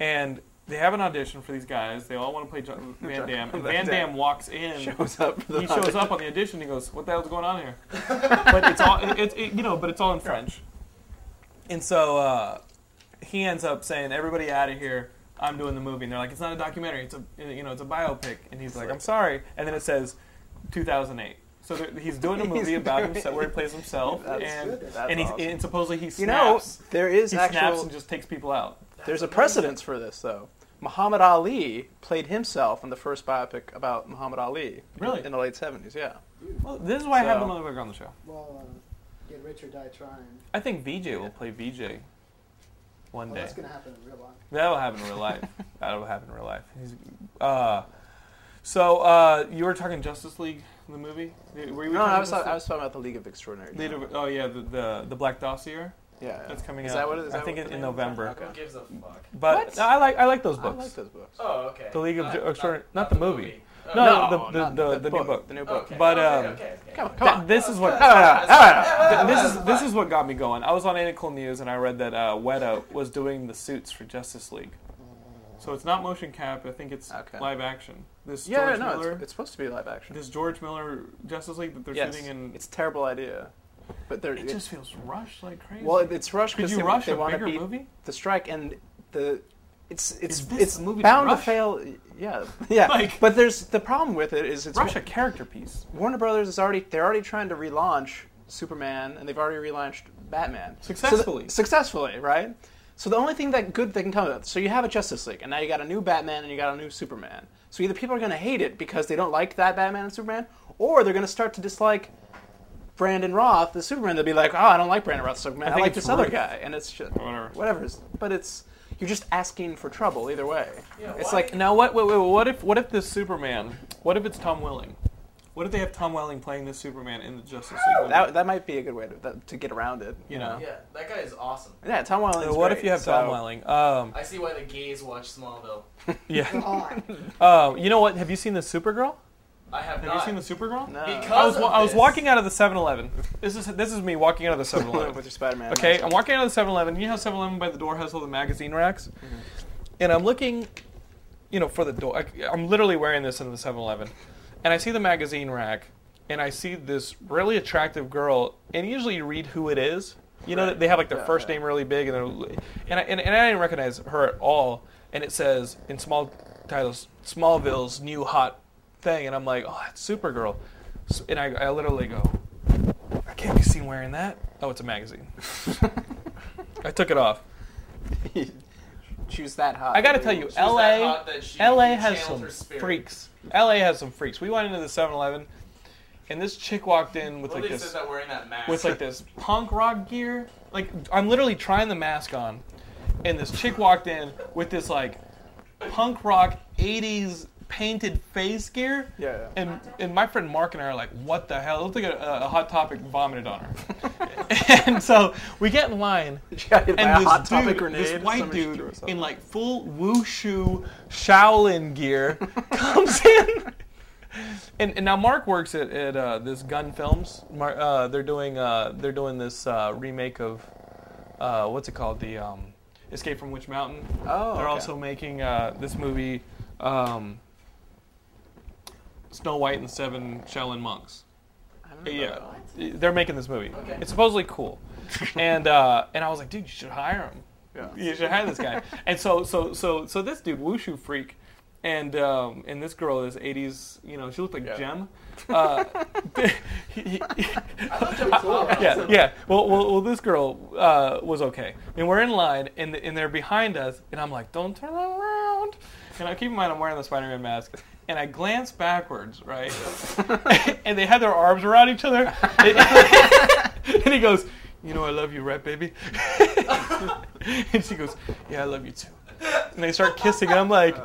Speaker 1: and they have an audition for these guys. They all want to play John Van
Speaker 4: John
Speaker 1: Damme. And
Speaker 4: Van
Speaker 1: Van
Speaker 4: Damme.
Speaker 1: Damme walks in.
Speaker 4: shows up. for the
Speaker 1: He shows up on the audition. He goes, "What the hell's going on here?" but it's all, it, it, it- you know, but it's all in French. And so uh, he ends up saying, "Everybody out of here! I'm doing the movie." And they're like, "It's not a documentary. It's a, you know, it's a biopic." And he's like, "I'm sorry." And then it says, "2008." So there- he's doing a
Speaker 4: He's
Speaker 1: movie about
Speaker 4: doing-
Speaker 1: himself, where he plays himself,
Speaker 4: That's
Speaker 1: and
Speaker 8: good.
Speaker 4: That's
Speaker 1: and, he's,
Speaker 4: awesome.
Speaker 1: and supposedly he snaps.
Speaker 4: You know, there is
Speaker 1: he snaps
Speaker 4: actual.
Speaker 1: and just takes people out.
Speaker 4: There's a precedence for this, though. Muhammad Ali played himself in the first biopic about Muhammad Ali.
Speaker 1: Really?
Speaker 4: In the late 70s, yeah.
Speaker 1: Well, this is why I have the
Speaker 4: So-
Speaker 1: motherfucker on the show.
Speaker 8: Well, uh, get rich or die trying.
Speaker 1: I think VJ will play VJ. One
Speaker 8: Well,
Speaker 1: day.
Speaker 8: that's gonna happen in real life.
Speaker 1: That'll happen in real life. That'll happen in real life. He's, uh, so uh, you were talking Justice League, the movie. Were you
Speaker 4: No,
Speaker 1: talking
Speaker 4: I was,
Speaker 1: Justice
Speaker 4: I was talking about the League of Extraordinary.
Speaker 1: League?
Speaker 4: Gentlemen.
Speaker 1: Leader- Oh yeah, the, the the Black Dossier
Speaker 4: yeah, yeah.
Speaker 1: that's coming
Speaker 4: Is
Speaker 1: out.
Speaker 4: that what it is?
Speaker 1: I
Speaker 4: That
Speaker 1: think
Speaker 4: what
Speaker 1: it's
Speaker 4: the
Speaker 1: in
Speaker 4: name is?
Speaker 1: November.
Speaker 4: Okay.
Speaker 2: Who gives a fuck?
Speaker 1: But
Speaker 4: What?
Speaker 1: no, I like I like those
Speaker 4: I
Speaker 1: books.
Speaker 4: like those books.
Speaker 2: Oh, okay.
Speaker 1: The League of
Speaker 2: Not-
Speaker 1: Ju-
Speaker 2: not-
Speaker 1: Extraordinary- not the movie.
Speaker 2: Oh,
Speaker 1: No,
Speaker 2: okay.
Speaker 1: the- the-
Speaker 4: not
Speaker 1: the- the new book.
Speaker 4: The new book.
Speaker 2: Okay,
Speaker 1: but,
Speaker 2: okay,
Speaker 1: um,
Speaker 2: okay, Uh, okay.
Speaker 4: Come on, come
Speaker 1: Th-
Speaker 4: on.
Speaker 1: this is what
Speaker 2: That's fine, that's
Speaker 1: Th-
Speaker 2: fine.
Speaker 1: this
Speaker 2: That's
Speaker 1: is
Speaker 2: fine.
Speaker 1: this is what got me going. I was on Antical News and I read that uh, Weta was doing the suits for Justice League. So it's not motion cap. I think it's
Speaker 4: Okay.
Speaker 1: live action. This
Speaker 4: Yeah,
Speaker 1: George
Speaker 4: no,
Speaker 1: Miller,
Speaker 4: it's, it's supposed to be live action.
Speaker 1: this George Miller Justice League that they're
Speaker 4: Yes,
Speaker 1: shooting in.
Speaker 4: it's a terrible idea, but they're
Speaker 1: it just feels rushed like crazy.
Speaker 4: well, it- it's rushed
Speaker 1: could
Speaker 4: because
Speaker 1: you
Speaker 4: they,
Speaker 1: rush
Speaker 4: they
Speaker 1: a
Speaker 4: want to
Speaker 1: bigger
Speaker 4: be
Speaker 1: movie?
Speaker 4: the strike and the it's it's
Speaker 1: this
Speaker 4: it's
Speaker 1: a movie to
Speaker 4: bound to
Speaker 1: rush?
Speaker 4: fail. Yeah, yeah.
Speaker 1: Like-
Speaker 4: but there's the problem with it is it's
Speaker 1: Rush a character piece.
Speaker 4: Warner Brothers is already they're already trying to relaunch Superman and they've already relaunched Batman So the-
Speaker 1: Successfully.
Speaker 4: successfully, right? So the only thing that good that can come of it. So you have a Justice League, and now you got a new Batman and you got a new Superman. So either people are going to hate it because they don't like that Batman and Superman, or they're going to start to dislike Brandon Roth, the Superman. They'll be like, oh, I don't like Brandon Roth, Superman.
Speaker 1: I
Speaker 4: I,
Speaker 1: think
Speaker 4: like
Speaker 1: it's
Speaker 4: this other
Speaker 1: Ruth.
Speaker 4: guy, and it's just
Speaker 1: Whatever.
Speaker 4: whatever. it's- But it's you're just asking for trouble either way.
Speaker 2: Yeah,
Speaker 4: it's
Speaker 2: why-
Speaker 4: like
Speaker 1: Now what? Wait, wait, what if what if this Superman? What if it's Tom Welling? What if they have Tom Welling playing this Superman in the Justice League? movie?
Speaker 4: that, that might be a good way to, that, to get around it. You know.
Speaker 2: Yeah, that guy is awesome.
Speaker 4: Yeah, Tom Welling.
Speaker 1: So what if you have Tom Welling? Um,
Speaker 2: I see why the gays watch Smallville.
Speaker 1: yeah.
Speaker 6: God.
Speaker 1: Um, you know what? Have you seen the Supergirl?
Speaker 2: I have,
Speaker 1: Have
Speaker 2: not.
Speaker 1: you seen the Supergirl?
Speaker 4: No.
Speaker 2: Because
Speaker 1: I was,
Speaker 2: of
Speaker 1: wa- I was
Speaker 2: this.
Speaker 1: walking out of the 7-Eleven. This is this is me walking out of the
Speaker 4: with
Speaker 1: 7-Eleven.
Speaker 4: your Spider-Man.
Speaker 1: Okay,
Speaker 4: mask.
Speaker 1: I'm walking out of the 7-Eleven. You know how 7-Eleven by the door has all the magazine racks,
Speaker 4: Mm-hmm.
Speaker 1: and I'm looking, you know, for the door. I, I'm literally wearing this in the 7-Eleven, and I see the magazine rack, and I see this really attractive girl. And usually you read who it is. You know,
Speaker 4: Right.
Speaker 1: they have like their
Speaker 4: Yeah,
Speaker 1: first
Speaker 4: yeah.
Speaker 1: name really big, and they're- and I, and, and I didn't recognize her at all. And it says in small titles, Smallville's new hot thing, and I'm like, oh, that's Supergirl. So, and I, I literally go, I can't be seen wearing that. Oh, it's a magazine. I took it off.
Speaker 4: she was that hot.
Speaker 1: I got to tell you,
Speaker 2: She was that
Speaker 1: LA,
Speaker 2: hot that she
Speaker 1: LA has
Speaker 2: channeled
Speaker 1: some
Speaker 2: her spirit.
Speaker 1: freaks. LA has some freaks. We went into the 7-Eleven, and this chick walked in with
Speaker 2: Well,
Speaker 1: like
Speaker 2: at least
Speaker 1: this
Speaker 2: it's not wearing that mask.
Speaker 1: with like this punk rock gear. Like I'm literally trying the mask on, and this chick walked in with this like punk rock '80s painted face gear.
Speaker 4: Yeah, yeah.
Speaker 1: And and my friend Mark and I are like, what the hell? It looked like a, a hot topic vomited on her. and so we get in line,
Speaker 4: and
Speaker 1: and this
Speaker 4: hot
Speaker 1: dude,
Speaker 4: topic grenade.
Speaker 1: this white
Speaker 4: somebody threw
Speaker 1: dude
Speaker 4: us up.
Speaker 1: in like full wushu Shaolin gear comes in. And, and now Mark works at, at uh, this Gun Films. Mar- uh, they're doing uh, they're doing this uh, remake of uh, what's it called the um, Escape from Witch Mountain.
Speaker 4: Oh,
Speaker 1: they're
Speaker 4: okay.
Speaker 1: also making uh, this movie um, Snow White and the Seven Shaolin Monks.
Speaker 4: I don't know
Speaker 1: Yeah,
Speaker 4: about
Speaker 1: they're making this movie.
Speaker 2: Okay.
Speaker 1: It's supposedly cool, and uh, and I was like, dude, you should hire him.
Speaker 4: that. Yeah.
Speaker 1: You should hire this guy. and so so so so this dude wushu freak, and um, and this girl is '80s. You know, she looked like
Speaker 4: Yeah.
Speaker 1: Gem. Uh, he- he-
Speaker 2: Wow.
Speaker 1: yeah, yeah. Well, well, well this girl uh, was okay, and we're in line, and and they're behind us, and I'm like, don't turn around. And I keep in mind I'm wearing the Spider-Man mask, and I glance backwards, right, and they had their arms around each other, and, and he goes, you know I love you, right, baby? and she goes, yeah, I love you too. And they start kissing, and I'm like,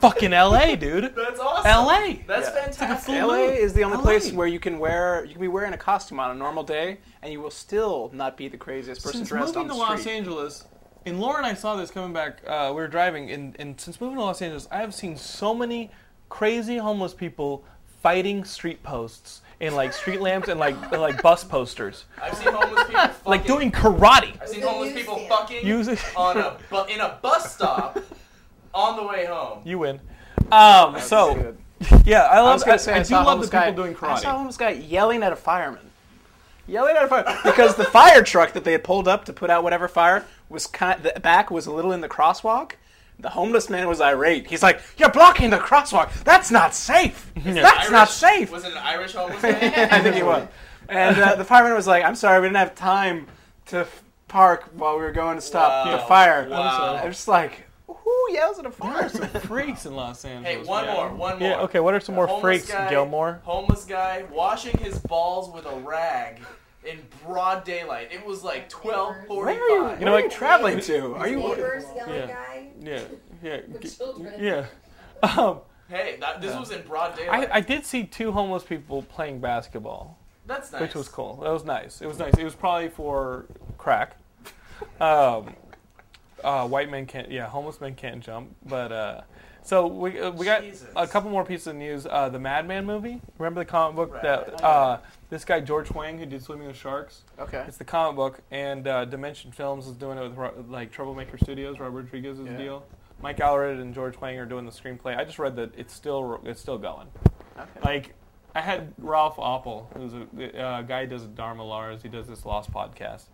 Speaker 1: fucking L.A., dude.
Speaker 2: That's awesome.
Speaker 1: L.A.
Speaker 2: That's
Speaker 4: Yeah.
Speaker 2: fantastic.
Speaker 1: It's like a full-
Speaker 4: LA is the only
Speaker 1: LA.
Speaker 4: place where you can wear you can be wearing a costume on a normal day and you will still not be the craziest person
Speaker 1: since
Speaker 4: dressed
Speaker 1: moving
Speaker 4: on the
Speaker 1: to Los
Speaker 4: street.
Speaker 1: Angeles, and Laura and I saw this coming back. Uh, we were driving, and, and since moving to Los Angeles, I have seen so many crazy homeless people fighting street posts and like street lamps and like and, like bus posters,
Speaker 2: I've seen homeless people fucking,
Speaker 1: like doing karate.
Speaker 2: I've seen
Speaker 6: With a
Speaker 2: homeless people
Speaker 6: newsstand.
Speaker 2: fucking
Speaker 1: Using-
Speaker 2: on a bu- in a bus stop on the way home.
Speaker 1: You win. Um, so
Speaker 4: Good.
Speaker 1: yeah, I
Speaker 4: I
Speaker 1: love.
Speaker 4: was
Speaker 1: I,
Speaker 4: gonna say
Speaker 1: I
Speaker 4: I,
Speaker 1: do
Speaker 4: saw a
Speaker 1: love the
Speaker 4: homeless
Speaker 1: people
Speaker 4: guy,
Speaker 1: doing
Speaker 4: I saw a
Speaker 1: karate.
Speaker 4: homeless guy yelling at a fireman. Yelling at a fire because the fire truck that they had pulled up to put out whatever fire was kind the back was a little in the crosswalk. The homeless man was irate. He's like, "You're blocking the crosswalk. That's not safe. That's
Speaker 2: Irish-
Speaker 4: not safe."
Speaker 2: Was it an Irish homeless man?
Speaker 4: I think he was. And uh, the fireman was like, "I'm sorry, we didn't have time to f- park while we were going to stop
Speaker 2: Wow.
Speaker 4: the fire."
Speaker 2: Wow.
Speaker 4: I was just like, "Who yells at a fire?"
Speaker 1: Freaks in Los Angeles.
Speaker 2: hey, one
Speaker 1: yeah.
Speaker 2: more, one more.
Speaker 1: Yeah. Okay. What are some more
Speaker 2: Homeless
Speaker 1: freaks,
Speaker 2: guy-
Speaker 1: Gilmore?
Speaker 2: Homeless guy washing his balls with a rag in broad daylight. It was like twelve
Speaker 6: Where
Speaker 2: forty-five.
Speaker 4: Where are you?
Speaker 1: You know,
Speaker 4: where are you
Speaker 1: like-
Speaker 4: traveling to? Are you?
Speaker 6: Neighbors, yelling
Speaker 1: Yeah.
Speaker 6: guy.
Speaker 1: Yeah, yeah,
Speaker 6: With
Speaker 1: g-
Speaker 6: children.
Speaker 1: yeah. Um,
Speaker 2: Hey, that, this was in broad daylight.
Speaker 1: I, I did see two homeless people playing basketball,
Speaker 2: That's nice.
Speaker 1: which was cool. That was nice. It was nice. It was probably for crack. Um, uh, white men can't. Yeah, homeless men can't jump. But uh, so we uh, we got
Speaker 2: Jesus.
Speaker 1: a couple more pieces of news. Uh, the Madman movie. Remember the comic book
Speaker 2: Right. Oh,
Speaker 1: that uh, this guy George Wang, who did Swimming with Sharks.
Speaker 4: Okay.
Speaker 1: It's the comic book, and uh, Dimension Films is doing it with Ro- like Troublemaker Studios, Robert Rodriguez's
Speaker 4: Yeah.
Speaker 1: deal. Mike Allred and George Wang are doing the screenplay. I just read that it's still it's still going.
Speaker 4: Okay.
Speaker 1: Like I had Ralph Oppel, who's a uh, guy who does Dharma Lars. He does this Lost podcast,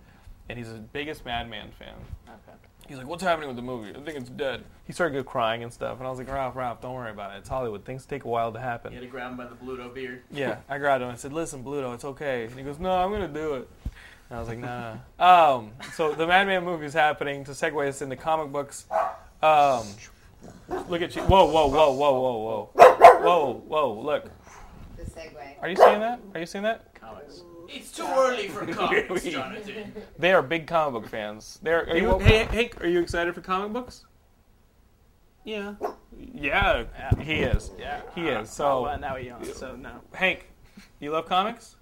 Speaker 1: and he's the biggest Madman fan.
Speaker 4: okay.
Speaker 1: He's like, "What's happening with the movie? I think it's dead." He started crying and stuff, and I was like, "Ralph, Ralph, don't worry about it. It's Hollywood. Things take a while to happen."
Speaker 2: You had to grab him by the Bluto beard.
Speaker 1: Yeah, I grabbed him. I said, "Listen, Bluto, it's okay." And he goes, "No, I'm gonna do it." And I was like, "Nah." nah." um, so the Madman movie is happening. To segue us into comic books, um, look at you. Whoa, whoa, whoa, whoa, whoa, whoa, whoa, whoa. Look,
Speaker 6: The segue.
Speaker 1: are you seeing that? Are you seeing that?
Speaker 4: Comics.
Speaker 2: It's too early for comics, Jonathan.
Speaker 1: They are big comic book fans. They're. Are you, hey, Hank, are you excited for comic books?
Speaker 4: Yeah.
Speaker 1: Yeah, he is.
Speaker 4: Yeah.
Speaker 1: He is.
Speaker 4: Oh,
Speaker 1: So,
Speaker 4: well, now he yawns. So no.
Speaker 1: Hank, you love comics?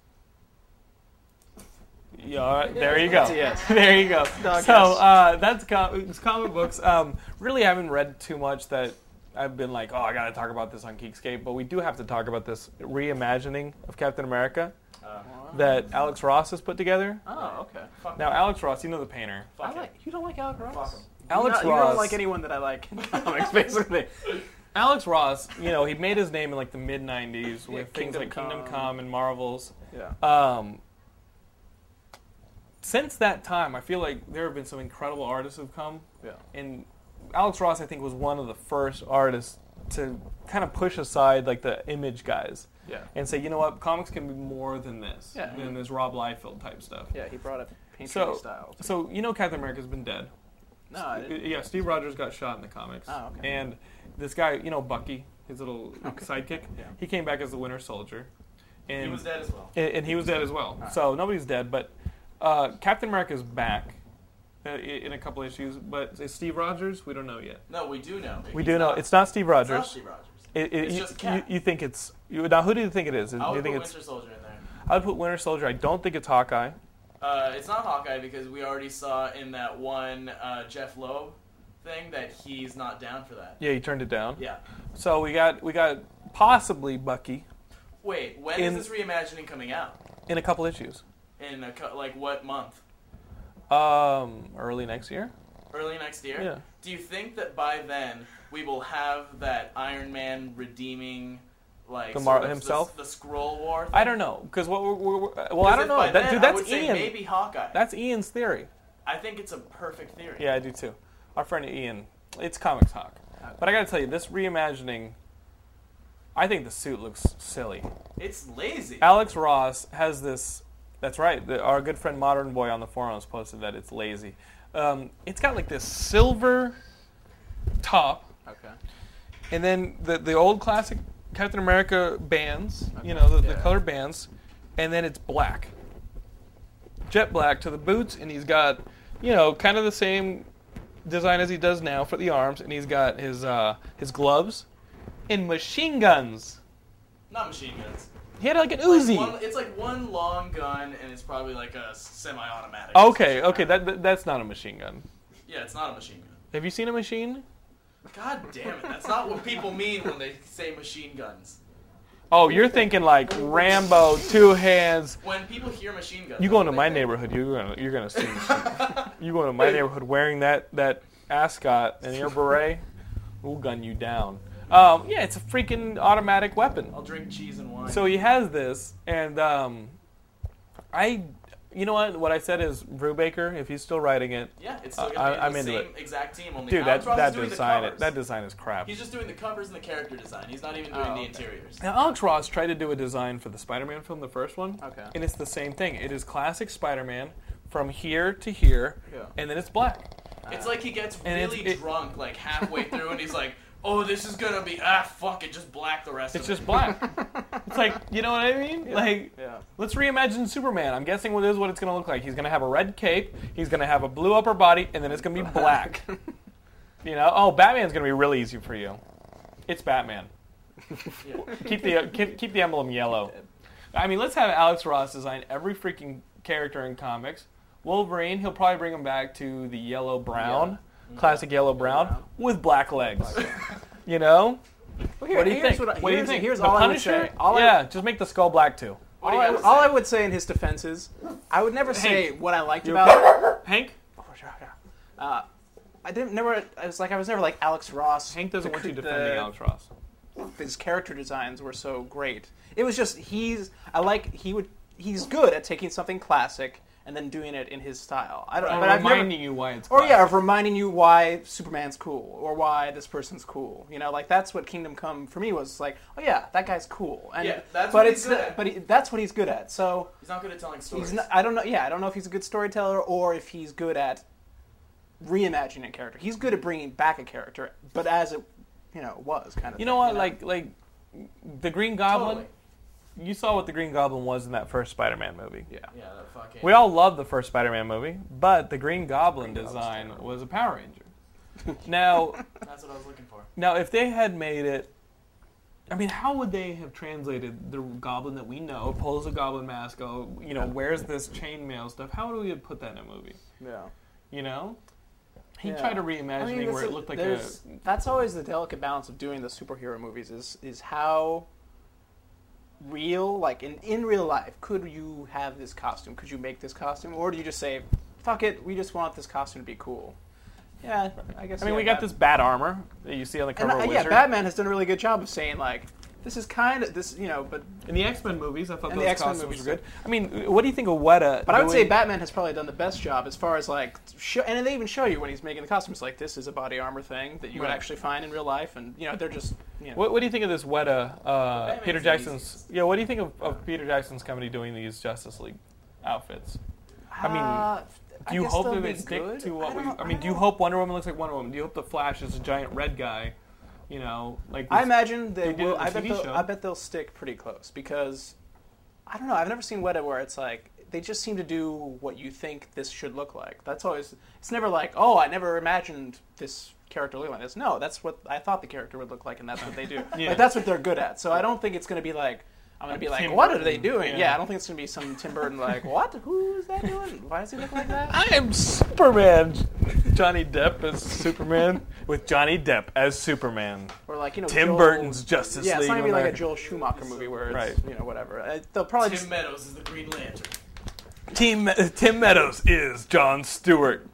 Speaker 1: Yeah, all right, there you go.
Speaker 4: That's a yes.
Speaker 1: there you go.
Speaker 4: Dog
Speaker 1: so
Speaker 4: yes.
Speaker 1: uh, that's com- it's comic books. Um, really, I haven't read too much that I've been like, oh, I gotta talk about this on Geekscape. But we do have to talk about this reimagining of Captain America that Alex Ross has put together.
Speaker 4: Oh, okay.
Speaker 2: Uh, Fuck,
Speaker 1: Now, Alex Ross, you know the painter.
Speaker 2: fuck
Speaker 4: I
Speaker 2: him.
Speaker 4: like. You don't like Alec Ross.
Speaker 2: Fuck him.
Speaker 1: Alex
Speaker 4: you, don't- you
Speaker 1: Ross.
Speaker 4: don't like anyone that I like in comics, basically.
Speaker 1: Alex Ross, you know, he made his name in like the mid '90s with things
Speaker 4: Kingdom
Speaker 1: like Kingdom
Speaker 4: Come.
Speaker 1: Come and Marvels.
Speaker 4: Yeah.
Speaker 1: Um, since that time, I feel like there have been some incredible artists who've come,
Speaker 4: Yeah.
Speaker 1: and Alex Ross, I think, was one of the first artists to kind of push aside like the image guys
Speaker 4: Yeah.
Speaker 1: and say, you know what, comics can be more than this,
Speaker 4: Yeah.
Speaker 1: than this Rob Liefeld type stuff.
Speaker 4: Yeah. He brought up painting
Speaker 1: So-
Speaker 4: style.
Speaker 1: So you know, Captain America's been dead.
Speaker 4: No. I didn't.
Speaker 1: Yeah, Steve Rogers got shot in the comics.
Speaker 4: Oh, okay.
Speaker 1: And this guy, you know, Bucky, his little sidekick,
Speaker 4: Yeah.
Speaker 1: he came back as the Winter Soldier. And
Speaker 2: He was dead as well.
Speaker 1: and, and he was dead as well. So nobody's dead, but uh, Captain America's back uh, i- in a couple issues. But is Steve Rogers? We don't know yet.
Speaker 2: No, we do know.
Speaker 1: We
Speaker 2: He's
Speaker 1: do know
Speaker 2: not-
Speaker 1: it's not Steve
Speaker 2: it's not
Speaker 1: Rogers.
Speaker 2: Steve Rogers.
Speaker 1: It- it-
Speaker 2: It's
Speaker 1: you,
Speaker 2: just Cap.
Speaker 1: you- you think it's you, now? Who do you think it is? Do
Speaker 2: I
Speaker 1: you
Speaker 2: would put
Speaker 1: think
Speaker 2: Winter
Speaker 1: it's?
Speaker 2: Soldier in there.
Speaker 1: I would put Winter Soldier. I don't think it's Hawkeye.
Speaker 2: Uh, it's not Hawkeye because we already saw in that one uh, Jeff Loeb thing that he's not down for that.
Speaker 1: Yeah, he turned it down.
Speaker 2: Yeah.
Speaker 1: So we got we got possibly Bucky
Speaker 2: Wait, when is
Speaker 1: In-
Speaker 2: this reimagining coming out?
Speaker 1: in a couple issues,
Speaker 2: In a, co- like what month?
Speaker 1: um, early next year.
Speaker 2: Early next year.
Speaker 1: Yeah.
Speaker 2: Do you think that by then we will have that Iron Man redeeming, like
Speaker 1: The Mar-
Speaker 2: sort of
Speaker 1: himself?
Speaker 2: the, the Scroll War? Thing?
Speaker 1: I don't know because what we're, we're, we're- well I don't
Speaker 2: if
Speaker 1: know
Speaker 2: by
Speaker 1: that,
Speaker 2: then,
Speaker 1: dude
Speaker 2: I
Speaker 1: that's
Speaker 2: would say
Speaker 1: Ian
Speaker 2: Maybe Hawkeye.
Speaker 1: that's Ian's theory.
Speaker 2: I think it's a perfect theory.
Speaker 1: Yeah, I do too. Our friend Ian, it's comics talk. But I gotta tell you, this reimagining, I think the suit looks silly.
Speaker 2: It's lazy.
Speaker 1: Alex Ross has this. That's right. The, our good friend Modern Boy on the forums posted that it's lazy. Um, it's got like this silver top,
Speaker 4: Okay.
Speaker 1: and then the the old classic Captain America bands. You know the, the
Speaker 4: Yeah.
Speaker 1: color bands, and then it's black, jet black to the boots, and he's got you know kind of the same design as he does now for the arms, and he's got his uh, his gloves and machine guns.
Speaker 2: Not machine guns.
Speaker 1: He had like an
Speaker 2: Like,
Speaker 1: Uzi.
Speaker 2: one- it's like one long gun, and it's probably like a semi-automatic.
Speaker 1: Oh, Okay, okay, that, that- that's not a machine gun.
Speaker 2: Yeah, it's not a machine gun.
Speaker 1: Have you seen a machine?
Speaker 2: God damn it! That's not what people mean when they say machine guns.
Speaker 1: Oh, you're thinking like Rambo, two hands.
Speaker 2: When people hear machine guns,
Speaker 1: You go into
Speaker 2: they
Speaker 1: my
Speaker 2: think-
Speaker 1: neighborhood, you're gonna you're gonna see. machine- you go into my neighborhood wearing that that ascot and your beret, we'll gun you down. Um, yeah, it's a freaking automatic weapon.
Speaker 2: I'll drink cheese and wine.
Speaker 1: So he has this, and um, I, you know what? What I said is Brubaker, if he's still writing it,
Speaker 2: yeah, it's still
Speaker 1: I-
Speaker 2: gonna be
Speaker 1: I'm
Speaker 2: the
Speaker 1: into
Speaker 2: same
Speaker 1: it.
Speaker 2: exact team. Only
Speaker 1: dude, that
Speaker 2: Alex Ross is
Speaker 1: that
Speaker 2: doing the
Speaker 1: design
Speaker 2: covers.
Speaker 1: that design is crap.
Speaker 2: He's just doing the covers and the character design. He's not even doing
Speaker 4: Oh,
Speaker 2: the
Speaker 4: okay.
Speaker 2: interiors.
Speaker 1: Now, Alex Ross tried to do a design for the Spider Man film, the first one.
Speaker 4: Okay.
Speaker 1: And it's the same thing. It is classic Spider Man from here to here,
Speaker 4: Yeah.
Speaker 1: and then it's black.
Speaker 2: It's like he gets
Speaker 1: And it's-
Speaker 2: really
Speaker 1: it-
Speaker 2: drunk like halfway through, and he's like, oh, this is gonna be ah, fuck it, just black the rest
Speaker 1: It's
Speaker 2: of
Speaker 1: just black. it's like, you know what I mean? Like,
Speaker 4: Yeah.
Speaker 1: let's reimagine Superman. I'm guessing what is what it's going to look like. He's going to have a red cape, he's going to have a blue upper body, and then it's going to be black. you know? Oh, Batman's going to be really easy for you. It's Batman.
Speaker 2: it. Yeah.
Speaker 1: Keep the uh, keep, keep the emblem yellow. I mean, let's have Alex Ross design every freaking character in comics. Wolverine, he'll probably bring him back to the yellow brown, classic yellow brown, with black legs. you know?
Speaker 4: Well, here-
Speaker 1: What do you
Speaker 4: here's
Speaker 1: think?
Speaker 4: What, I-
Speaker 1: what do you
Speaker 4: here's-
Speaker 1: think?
Speaker 4: Here's
Speaker 1: the
Speaker 4: all
Speaker 1: Punisher?
Speaker 4: I would say. All I,
Speaker 1: yeah, just make the skull black too.
Speaker 2: What
Speaker 4: all
Speaker 2: do you
Speaker 4: I,
Speaker 2: gotta
Speaker 4: all
Speaker 2: say?
Speaker 4: I would say in his defense is, I would never say what I liked
Speaker 1: You
Speaker 4: about.
Speaker 1: Hank?
Speaker 4: Uh, I didn't never. I was like, I was never like Alex Ross.
Speaker 1: Hank doesn't want you
Speaker 4: the-
Speaker 1: defending Alex Ross.
Speaker 4: His character designs were so great. It was just he's. I like he would. He's good at taking something classic and then doing it in his style. I don't.
Speaker 1: I'm
Speaker 4: but I've never-
Speaker 1: reminding you why it's.
Speaker 4: Or yeah,
Speaker 1: classic.
Speaker 4: of reminding you why Superman's cool or why this person's cool. You know, like that's what Kingdom Come for me was like. Oh yeah, that guy's cool. And,
Speaker 2: Yeah,
Speaker 4: but
Speaker 2: that's what
Speaker 4: it's
Speaker 2: he's good at.
Speaker 4: but he, that's what he's good at. So
Speaker 2: He's not good at telling stories.
Speaker 4: he's not, I don't know. Yeah, I don't know if he's a good storyteller or if he's good at reimagining a character. He's good at bringing back a character, but as it you know was kind of.
Speaker 1: You know what?
Speaker 4: thing,
Speaker 1: Like like, the Green Goblin.
Speaker 2: Totally.
Speaker 1: You saw what the Green Goblin was in that first Spider-Man movie. Yeah.
Speaker 2: Yeah, that fucking.
Speaker 1: We all love the first Spider-Man movie, but the Green Goblin
Speaker 4: Green Goblin's
Speaker 1: design
Speaker 4: terrible.
Speaker 1: was a Power Ranger. now,
Speaker 2: That's what I was looking for.
Speaker 1: now if they had made it, I mean, how would they have translated the Goblin that we know? Pulls a Goblin mask, oh, you know, wears this chainmail stuff. How would we have put that in a movie?
Speaker 4: Yeah.
Speaker 1: You know, he
Speaker 4: Yeah.
Speaker 1: tried a reimagining
Speaker 4: I mean,
Speaker 1: where
Speaker 4: that's-
Speaker 1: it looked like a
Speaker 4: there's- that's always the delicate balance of doing the superhero movies is is how real like in in real life could you have this costume could you make this costume or do you just say fuck it we just want this costume to be cool yeah i guess
Speaker 1: I mean,
Speaker 4: yeah,
Speaker 1: we got
Speaker 4: Bat-
Speaker 1: this bat armor that you see on the
Speaker 4: and
Speaker 1: cover of
Speaker 4: I- yeah
Speaker 1: Wizard.
Speaker 4: batman has done a really good job of saying like this is kind of this you know but
Speaker 1: In the X Men movies, I thought
Speaker 4: And
Speaker 1: those
Speaker 4: the X-Men
Speaker 1: costumes
Speaker 4: movies
Speaker 1: were
Speaker 4: are
Speaker 1: good. I mean, what do you think of Weta?
Speaker 4: but i would say
Speaker 1: doing-
Speaker 4: batman has probably done the best job as far as like show, and they even show you when he's making the costumes like this is a body armor thing that you would
Speaker 1: Right.
Speaker 4: actually find in real life and you know they're just you know
Speaker 1: What, what do you think of this Weta? Uh, Peter
Speaker 2: the
Speaker 1: Jackson's. Yeah, what do you think of, of Peter Jackson's company doing these Justice League outfits? I mean,
Speaker 4: Uh, I
Speaker 1: Do you
Speaker 4: guess
Speaker 1: hope
Speaker 4: they'll
Speaker 1: that they
Speaker 4: be
Speaker 1: stick
Speaker 4: good.
Speaker 1: to what
Speaker 4: I
Speaker 1: we?
Speaker 4: don't-
Speaker 1: I mean, do you
Speaker 4: don't-
Speaker 1: hope Wonder Woman looks like Wonder Woman? Do you hope the Flash is a giant red guy? You know, like
Speaker 4: I
Speaker 1: this-
Speaker 4: imagine
Speaker 1: they
Speaker 4: they,
Speaker 1: did it
Speaker 4: will.
Speaker 1: in the
Speaker 4: I bet,
Speaker 1: TV
Speaker 4: they'll,
Speaker 1: show.
Speaker 4: I bet they'll stick pretty close because I don't know. I've never seen Weta where it's like they just seem to do what you think this should look like. That's always. It's never like oh, I never imagined this character looking like this. No, that's what I thought the character would look like, and that's what they do.
Speaker 1: Yeah.
Speaker 4: Like that's what they're good at. So I don't think it's going to be like. I'm gonna be like,
Speaker 1: Tim
Speaker 4: what are they
Speaker 1: Burton,
Speaker 4: doing? Yeah.
Speaker 1: yeah.
Speaker 4: I don't think it's gonna be some Tim Burton like, what? Who is that doing? Why does he look like that?
Speaker 1: I am Superman. Johnny Depp as Superman with Johnny Depp as Superman.
Speaker 4: Or like, you know,
Speaker 1: Tim
Speaker 4: Joel-
Speaker 1: Burton's Justice
Speaker 4: Yeah,
Speaker 1: League.
Speaker 4: it's not gonna be like a
Speaker 1: America.
Speaker 4: Joel Schumacher movie where it's
Speaker 1: Right.
Speaker 4: you know whatever. Uh, They'll probably
Speaker 2: Tim
Speaker 4: just
Speaker 2: Meadows is the Green Lantern.
Speaker 1: Tim, Tim Meadows is John Stewart.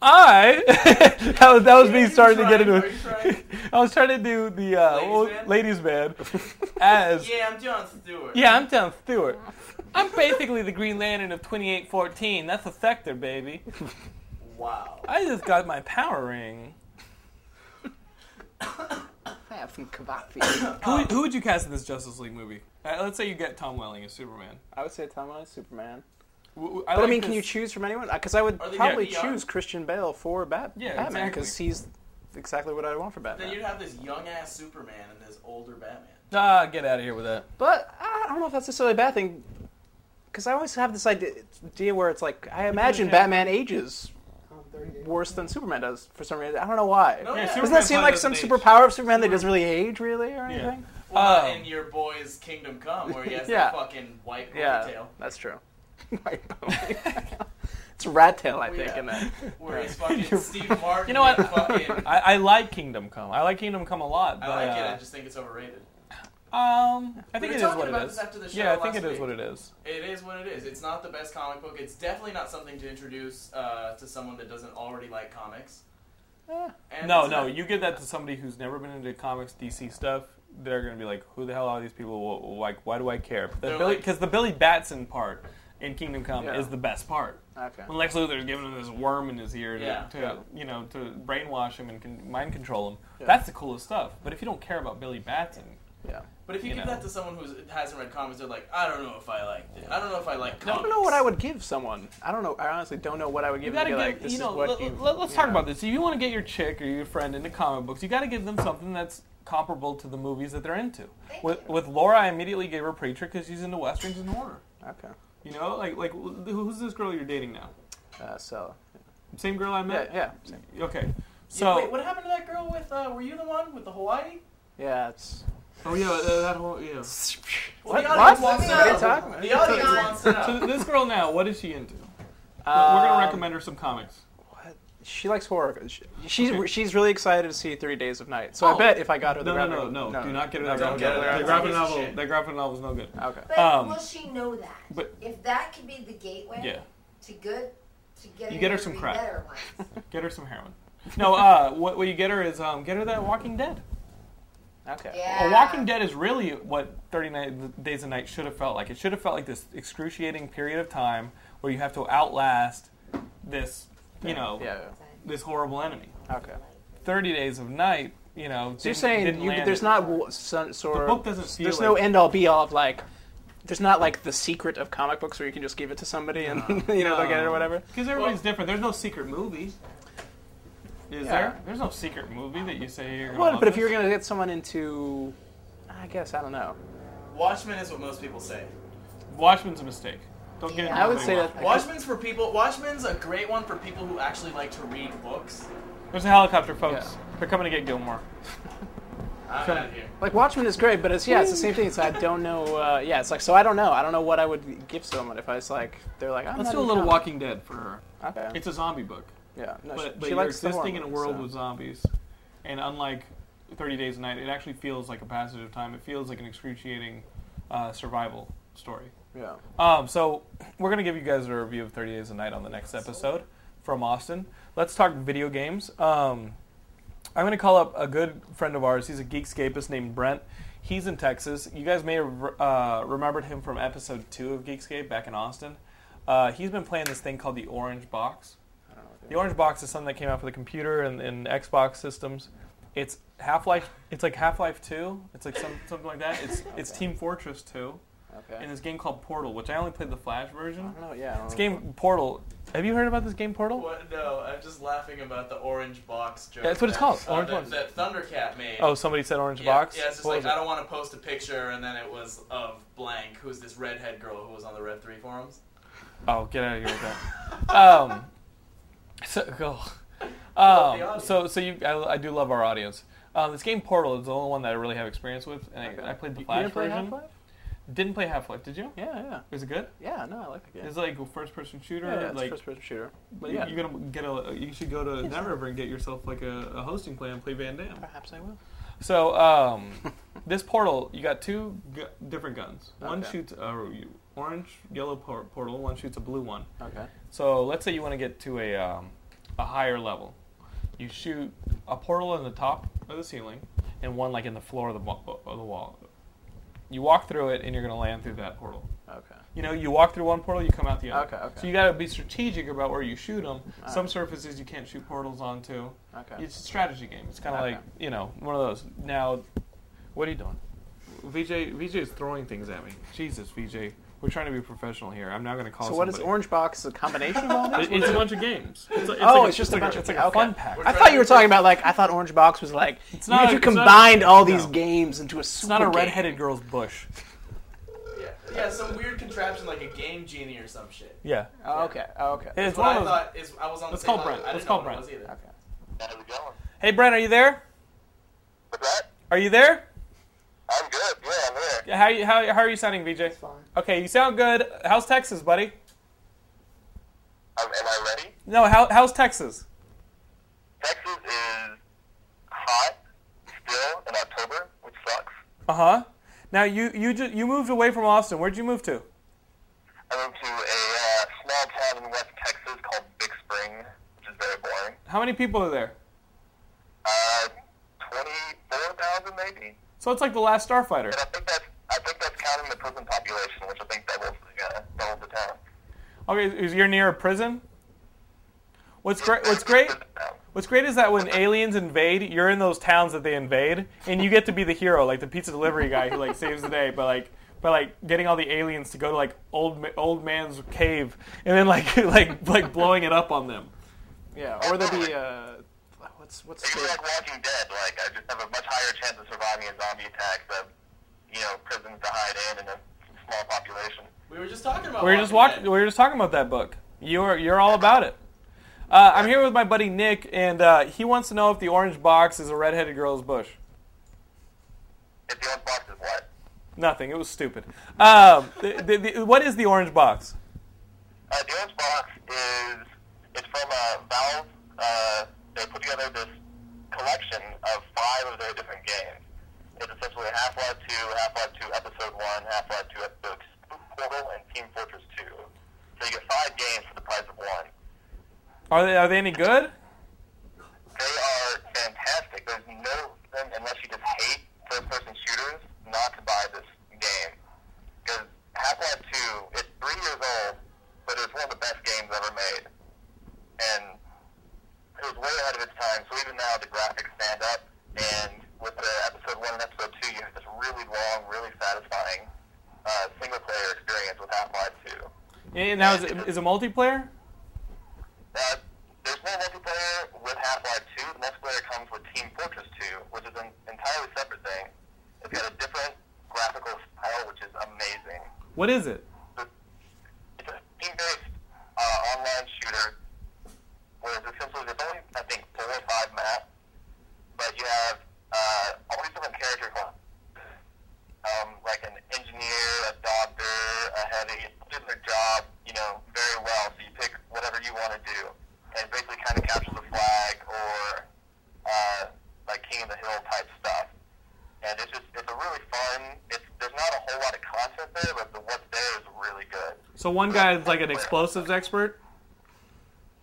Speaker 1: I that was, that was me starting to get into it.
Speaker 2: it.
Speaker 1: I was trying to do the uh,
Speaker 2: Ladies
Speaker 1: old-
Speaker 2: man?
Speaker 1: ladies man as
Speaker 2: Yeah, I'm John Stewart.
Speaker 1: yeah I'm John Stewart. I'm basically the Green Lantern of 2814. That's a sector, baby.
Speaker 2: Wow.
Speaker 1: I just got my power ring.
Speaker 4: have some kvafi.
Speaker 1: Who, who would you cast in this Justice League movie? Uh, let's say you get Tom Welling as Superman.
Speaker 4: I would say Tom Holland is Superman.
Speaker 1: W- w-
Speaker 4: But I
Speaker 1: like
Speaker 4: mean, can you
Speaker 1: this-
Speaker 4: choose from anyone? Because I would
Speaker 2: Are they
Speaker 4: probably
Speaker 2: gonna be young?
Speaker 4: choose Christian Bale for Bat-
Speaker 1: uh, Yeah,
Speaker 4: Batman
Speaker 1: exactly.
Speaker 4: because he's exactly what I want for
Speaker 2: Then
Speaker 4: Batman.
Speaker 2: you'd have this young ass Superman and this older Batman.
Speaker 1: Ah, get out of here with that.
Speaker 4: But I don't know if that's necessarily a bad thing. Because I always have this idea, idea where it's like I imagine
Speaker 1: yeah.
Speaker 4: Batman ages
Speaker 8: I'm 38.
Speaker 4: worse than Superman does for some reason. I don't know why.
Speaker 2: No,
Speaker 1: Yeah,
Speaker 2: yeah.
Speaker 4: Doesn't
Speaker 1: Superman
Speaker 4: that seem
Speaker 1: probably
Speaker 4: like
Speaker 1: doesn't
Speaker 4: some
Speaker 1: age.
Speaker 4: superpower of Superman that doesn't really age, really, or
Speaker 1: Yeah.
Speaker 4: anything?
Speaker 2: Well,
Speaker 1: Um,
Speaker 2: in your boy's Kingdom Come, where he has
Speaker 4: Yeah.
Speaker 2: that fucking white
Speaker 4: Yeah,
Speaker 2: ponytail,
Speaker 4: that's true. it's rat tail, I
Speaker 2: Oh,
Speaker 4: think,
Speaker 2: yeah.
Speaker 4: in that.
Speaker 2: where he's fucking Steve Martin.
Speaker 1: You know what?
Speaker 2: and Fucking,
Speaker 1: I, I like Kingdom Come. I like Kingdom Come a lot. But,
Speaker 2: I like
Speaker 1: uh,
Speaker 2: it. I just think it's overrated.
Speaker 1: Um, I think
Speaker 2: were
Speaker 1: it is
Speaker 2: talking
Speaker 1: what it
Speaker 2: about
Speaker 1: is.
Speaker 2: this after the show
Speaker 1: yeah, I think
Speaker 2: last
Speaker 1: it is
Speaker 2: week.
Speaker 1: what it is.
Speaker 2: It is what it is. It's not the best comic book. It's definitely not something to introduce uh, to someone that doesn't already like comics. And
Speaker 1: Eh. No,
Speaker 2: it's
Speaker 1: no,
Speaker 2: not-
Speaker 1: you give that to somebody who's never been into comics, DC stuff. They're gonna be like, "Who the hell are these people? Wh- Like, why do I care?" But the
Speaker 2: They're
Speaker 1: Billy,
Speaker 2: like-
Speaker 1: because the Billy Batson part in Kingdom Come
Speaker 4: Yeah.
Speaker 1: is the best part.
Speaker 4: Okay.
Speaker 1: When Lex Luthor's giving him this worm in his ear to,
Speaker 2: Yeah.
Speaker 1: to
Speaker 4: Yeah.
Speaker 1: you know, to brainwash him and con- mind control him,
Speaker 4: Yeah.
Speaker 1: that's the coolest stuff. But if you don't care about Billy Batson,
Speaker 4: Yeah.
Speaker 2: But if you,
Speaker 1: You
Speaker 2: give
Speaker 1: know.
Speaker 2: that to someone who hasn't read comics, they're like, I don't know if I liked it. I don't know if I like
Speaker 4: I
Speaker 2: comics.
Speaker 4: don't know what I would give someone. I don't know. I honestly don't know what I would give.
Speaker 1: You gotta
Speaker 4: to
Speaker 1: give,
Speaker 4: be like, this
Speaker 1: you know,
Speaker 4: is what
Speaker 1: let,
Speaker 4: you,
Speaker 1: us
Speaker 4: you
Speaker 1: talk
Speaker 4: know.
Speaker 1: about this. If you want to get your chick or your friend into comic books, you gotta give them something that's comparable to the movies that they're into.
Speaker 6: Thank
Speaker 1: With,
Speaker 6: you.
Speaker 1: with Laura, I immediately gave her Preacher because she's into westerns and horror.
Speaker 4: Okay.
Speaker 1: You know, like like wh- who's this girl you're dating now?
Speaker 4: Uh, so
Speaker 1: Same girl I
Speaker 4: yeah,
Speaker 1: met.
Speaker 4: yeah,
Speaker 1: Okay.
Speaker 2: So,
Speaker 1: So.
Speaker 2: wait, what happened to that girl with? Uh, were you the one with the Hawaii?
Speaker 4: yeah. It's
Speaker 1: oh yeah, uh, that whole yeah.
Speaker 2: Well,
Speaker 4: What?
Speaker 2: The audience
Speaker 4: What?
Speaker 2: wants
Speaker 6: What are
Speaker 2: to
Speaker 6: you
Speaker 4: talking
Speaker 2: know.
Speaker 4: about?
Speaker 2: The audience
Speaker 6: Moving on.
Speaker 2: wants to
Speaker 1: So
Speaker 2: know.
Speaker 1: this girl now, what is she into? We're
Speaker 4: Um,
Speaker 1: gonna recommend her some comics.
Speaker 4: what? She likes horror. She, she's she's really excited to see Three Days of Night. So
Speaker 1: Oh.
Speaker 4: I bet if I got her the
Speaker 1: No, no,
Speaker 4: graphic,
Speaker 1: no, no, Do not get her that
Speaker 2: Don't
Speaker 1: graphic
Speaker 2: get her
Speaker 1: novel.
Speaker 2: that
Speaker 1: The graphic
Speaker 2: piece of
Speaker 1: novel.
Speaker 2: shit.
Speaker 1: That graphic novel's no good.
Speaker 4: Okay.
Speaker 6: But
Speaker 1: Um,
Speaker 6: will she know that?
Speaker 1: but-
Speaker 6: if that could be the gateway
Speaker 1: Yeah.
Speaker 6: to good, to getting
Speaker 1: You get her
Speaker 6: to
Speaker 1: some
Speaker 6: be
Speaker 1: crap.
Speaker 6: better ones.
Speaker 1: Get her some heroin. No, uh, what, what you get her is um, get her that Walking Dead.
Speaker 4: Okay.
Speaker 6: Yeah.
Speaker 1: Well, Walking Dead is really what 39 Days a Night should have felt like. It should have felt like this excruciating period of time where you have to outlast this, you know,
Speaker 4: Yeah.
Speaker 1: this horrible enemy.
Speaker 4: yeah. Okay.
Speaker 1: 30 Days of Night, you know.
Speaker 4: So you're
Speaker 1: didn't-
Speaker 4: saying
Speaker 1: didn't
Speaker 4: you,
Speaker 1: land
Speaker 4: there's
Speaker 1: it.
Speaker 4: not w- some sort
Speaker 1: The
Speaker 4: of
Speaker 1: book doesn't feel
Speaker 4: there's
Speaker 1: like-
Speaker 4: no end all be all of like there's not like the secret of comic books where you can just give it to somebody and you know they'll get it or whatever.
Speaker 1: Because everybody's different. There's no secret movie. Is
Speaker 4: Yeah.
Speaker 1: there? There's no secret movie that you say you're going
Speaker 4: Well, but if you're gonna get someone into, I guess I don't know.
Speaker 2: Watchmen is what most people say.
Speaker 1: Watchmen's a mistake. Don't get
Speaker 6: Yeah.
Speaker 1: into
Speaker 6: I
Speaker 4: would
Speaker 1: anything
Speaker 4: say
Speaker 1: Watchmen.
Speaker 4: that-
Speaker 2: Watchmen's for people. Watchmen's a great one for people who actually like to read books.
Speaker 1: There's a helicopter, folks.
Speaker 4: Yeah.
Speaker 1: They're coming to get Gilmore.
Speaker 2: I'm out of here.
Speaker 4: Like Watchmen is great, but it's yeah, it's the same thing. It's I don't know. Uh, yeah, it's like so I don't know. I don't know what I would give someone if I was like they're like. I'm
Speaker 1: Let's
Speaker 4: not
Speaker 1: do a
Speaker 4: into
Speaker 1: little
Speaker 4: comics.
Speaker 1: Walking Dead for her.
Speaker 4: Okay.
Speaker 1: It's a zombie book,
Speaker 4: yeah. No, she,
Speaker 1: but, but
Speaker 4: she
Speaker 1: you're
Speaker 4: likes the horror
Speaker 1: existing in a
Speaker 4: movies,
Speaker 1: world
Speaker 4: so.
Speaker 1: with zombies, and unlike Thirty Days a Night, it actually feels like a passage of time. It feels like an excruciating uh, survival story.
Speaker 4: Yeah.
Speaker 1: Um, so we're gonna give you guys a review of Thirty Days a Night on the next episode from Austin. Let's talk video games. Um, I'm gonna call up a good friend of ours. He's a geekscapist named Brent. He's in Texas. You guys may have uh, remembered him from episode two of Geekscape back in Austin. Uh, he's been playing this thing called the Orange Box.
Speaker 4: I don't know what
Speaker 1: The Orange Box is something that came out for the computer and, and Xbox systems. It's Half Life. It's like Half Life Two. It's like some, something like that. It's it's
Speaker 4: Okay.
Speaker 1: Team Fortress Two
Speaker 4: they- okay.
Speaker 1: and this game called Portal, which I only played the Flash version.
Speaker 4: I don't know. Yeah. I don't
Speaker 1: This
Speaker 4: know.
Speaker 1: game Portal. Have you heard about this game Portal?
Speaker 2: What? No, I'm just laughing about the orange box joke.
Speaker 1: That's what it's
Speaker 2: that-
Speaker 1: called,
Speaker 2: uh,
Speaker 1: orange box.
Speaker 2: that, That Thundercat made.
Speaker 1: Oh, somebody said Orange
Speaker 2: yeah,
Speaker 1: Box.
Speaker 2: Yeah, it's just
Speaker 1: What
Speaker 2: like
Speaker 1: was
Speaker 2: I
Speaker 1: it?
Speaker 2: don't want to post a picture, and then it was of blank, who's this redhead girl who was on the Red Three forums.
Speaker 1: Oh, get out of here with that. um, so go.
Speaker 2: the
Speaker 1: Um,
Speaker 2: audience.
Speaker 1: so so you, I, I do love our audience. Um, this game Portal is the only one that I really have experience with, and
Speaker 4: Okay.
Speaker 1: I, I played the
Speaker 4: You
Speaker 1: Flash
Speaker 4: didn't play
Speaker 1: version.
Speaker 4: Half-Life?
Speaker 1: Didn't play Half Life, did you?
Speaker 4: Yeah, yeah,
Speaker 1: Is it good?
Speaker 4: yeah. No, I like the game.
Speaker 1: It's like a first person shooter.
Speaker 4: yeah, yeah, it's
Speaker 1: like
Speaker 4: first person shooter.
Speaker 1: like,
Speaker 4: yeah.
Speaker 1: you're gonna get a. You should go to NetRiver and get yourself like a, a hosting plan and play Van Damme.
Speaker 4: Perhaps I will.
Speaker 1: So um, this portal, you got two gu- different guns. One
Speaker 4: Okay.
Speaker 1: shoots a you- orange, yellow por- portal. One shoots a blue one.
Speaker 4: Okay.
Speaker 1: So let's say you want to get to a um, a higher level. You shoot a portal in the top of the ceiling, and one like in the floor of the, wa- of the wall. You walk through it, and you're gonna land through that portal.
Speaker 4: Okay.
Speaker 1: You know, you walk through one portal, you come out the other.
Speaker 4: Okay, okay.
Speaker 1: So you gotta be strategic about where you shoot them.
Speaker 4: Alright.
Speaker 1: Some surfaces you can't shoot portals onto.
Speaker 4: Okay.
Speaker 1: It's a strategy game. It's kind of
Speaker 4: Okay.
Speaker 1: like you know one of those. Now, what are you doing? VJ VJ is throwing things at me. Jesus, VJ, we're trying to be professional here. I'm now going to call.
Speaker 4: So what is
Speaker 1: somebody.
Speaker 4: Orange Box? A combination of all
Speaker 1: It-
Speaker 4: that?
Speaker 1: it's a bunch of games. It's, a- it's
Speaker 4: Oh,
Speaker 1: like
Speaker 4: it's just a
Speaker 1: like
Speaker 4: bunch of
Speaker 1: It's like
Speaker 4: games.
Speaker 1: a fun
Speaker 4: Okay.
Speaker 1: pack.
Speaker 2: We're
Speaker 4: I
Speaker 2: trying
Speaker 4: thought
Speaker 2: to-
Speaker 4: you were talking about like I thought Orange Box was like you know,
Speaker 1: not-
Speaker 4: if you
Speaker 1: it's not-
Speaker 4: combined all these
Speaker 1: no.
Speaker 4: games into a super
Speaker 1: It's not a
Speaker 4: game.
Speaker 1: redheaded girl's bush.
Speaker 2: Yeah, yeah, some weird contraption like a game genie or some shit.
Speaker 1: Yeah,
Speaker 4: Oh, okay. Oh, okay.
Speaker 1: it's
Speaker 2: What
Speaker 1: one
Speaker 2: I
Speaker 1: of those.
Speaker 2: thought is I was on
Speaker 1: Let's
Speaker 2: the same
Speaker 1: call
Speaker 2: line.
Speaker 1: Brent.
Speaker 2: I didn't
Speaker 1: Let's
Speaker 2: know
Speaker 1: call
Speaker 2: what it
Speaker 1: Brent.
Speaker 2: was either.
Speaker 4: Okay.
Speaker 9: How's it going?
Speaker 1: Hey, Brent, are you there?
Speaker 9: What's that?
Speaker 1: Are you there?
Speaker 9: I'm good. Yeah, I'm here.
Speaker 1: How you, how how are you sounding, VJ?
Speaker 8: It's fine.
Speaker 1: Okay, you sound good. How's Texas, buddy?
Speaker 9: Um, am I ready?
Speaker 1: No, how, how's Texas?
Speaker 9: Texas is hot still in October, which sucks.
Speaker 1: Uh huh. Now you you ju- you moved away from Austin. Where'd you move to?
Speaker 9: I moved to a uh, small town in West Texas called Big Spring, which is very boring.
Speaker 1: How many people are there?
Speaker 9: Uh, 24,000 maybe?
Speaker 1: So it's like the last Starfighter.
Speaker 9: And I think that's, I think that's counting the prison population, which I think doubles, uh, doubles the town.
Speaker 1: Okay, is you're near a prison? What's great? What's great?
Speaker 9: Um,
Speaker 1: What's great is that when aliens invade, you're in those towns that they invade, and you get to be the hero, like the pizza delivery guy who like saves the day by like by like getting all the aliens to go to like old ma- old man's cave, and then like like like blowing it up on them.
Speaker 4: Yeah, or there'll be uh, what's what's
Speaker 9: If you're
Speaker 4: the
Speaker 9: like Walking Dead, like I just have a much higher chance of surviving a zombie attack than you know prisons to hide in and a small population.
Speaker 2: We were just talking about.
Speaker 1: We were just
Speaker 2: Walking
Speaker 1: walking.
Speaker 2: Dead.
Speaker 1: We were just talking about that book. You're you're all about it. Uh, I'm here with my buddy Nick, and uh, he wants to know if the orange box is a redheaded girl's bush.
Speaker 9: If the orange box is what?
Speaker 1: Nothing. It was stupid. Um, the, the, the, what is the orange box?
Speaker 9: Uh, the orange box is it's from uh, Valve. Uh, they put together this collection of five of their different games. It's essentially Half-Life 2, Half-Life 2 Episode 1, Half-Life 2 Episode Portal, and Team Fortress 2. So you get five games for the price of one.
Speaker 1: Are they are they any good?
Speaker 9: They are fantastic. There's no reason, unless you just hate first-person shooters, not to buy this game. Because Half-Life 2, it's three years old, but it's one of the best games ever made. And it was way ahead of its time, so even now the graphics stand up. And with the episode 1 and episode 2, you have this really long, really satisfying uh, single-player experience with Half-Life 2.
Speaker 1: And now is it, is it multiplayer?
Speaker 9: Uh, there's no multiplayer with Half-Life 2. The multiplayer comes with Team Fortress 2, which is an entirely separate thing. It's got a different graphical style, which is amazing.
Speaker 1: What is it?
Speaker 9: It's a team-based uh, online shooter where it's essentially there's only, I think, four or five maps, but you have uh, all these different character classes. Um, like an engineer, a doctor, a heavy, did their job, you know, very well. So you pick whatever you want to do, and it basically kind of captures the flag or uh, like King of the Hill type stuff. And it's just it's a really fun. It's there's not a whole lot of content there, but the, what's there is really good.
Speaker 1: So one guy's like an explosives expert.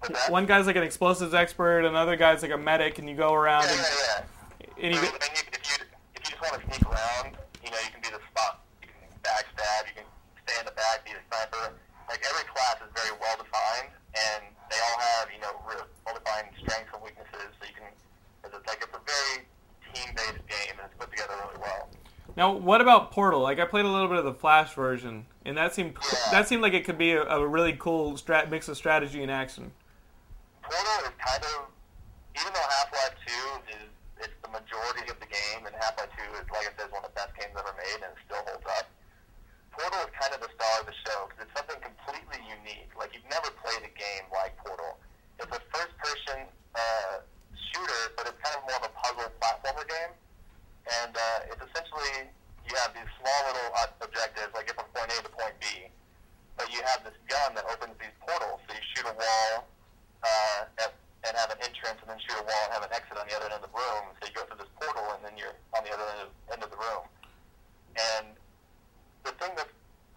Speaker 9: But that,
Speaker 1: One guy's like an explosives expert. Another guy's like a medic, and you go around
Speaker 9: yeah,
Speaker 1: and,
Speaker 9: yeah, yeah.
Speaker 1: and you
Speaker 9: So, and you, if you if you just want to sneak around, you know, you can be the spot, you can backstab, you can stay in the back, be a sniper. Like every class is very well defined, and they all have you know real well defined strengths and weaknesses. So you can it's like it's a very team based game, and it's put together really well.
Speaker 1: Now, what about Portal? Like, I played a little bit of the Flash version, and that seemed that seemed like it could be a, a really cool strat, mix of strategy and action.
Speaker 9: Portal is kind of, even though Half-Life 2 is it's the majority of the game, and Half-Life 2 is, like I said, is one of the best games ever made, and it still holds up. Portal is kind of the star of the show because it's something completely unique. Like you've never played a game like Portal. It's a first-person uh, shooter, but it's kind of more of a puzzle platformer game, and uh, it's essentially you have these small little uh, objectives, like get from point A to point B. But you have this gun that opens these portals, so you shoot a wall, uh, at, and have an entrance and then shoot a wall and have an exit on the other end of the room. So you go through this portal and then you're on the other end of, end of the room. And the thing that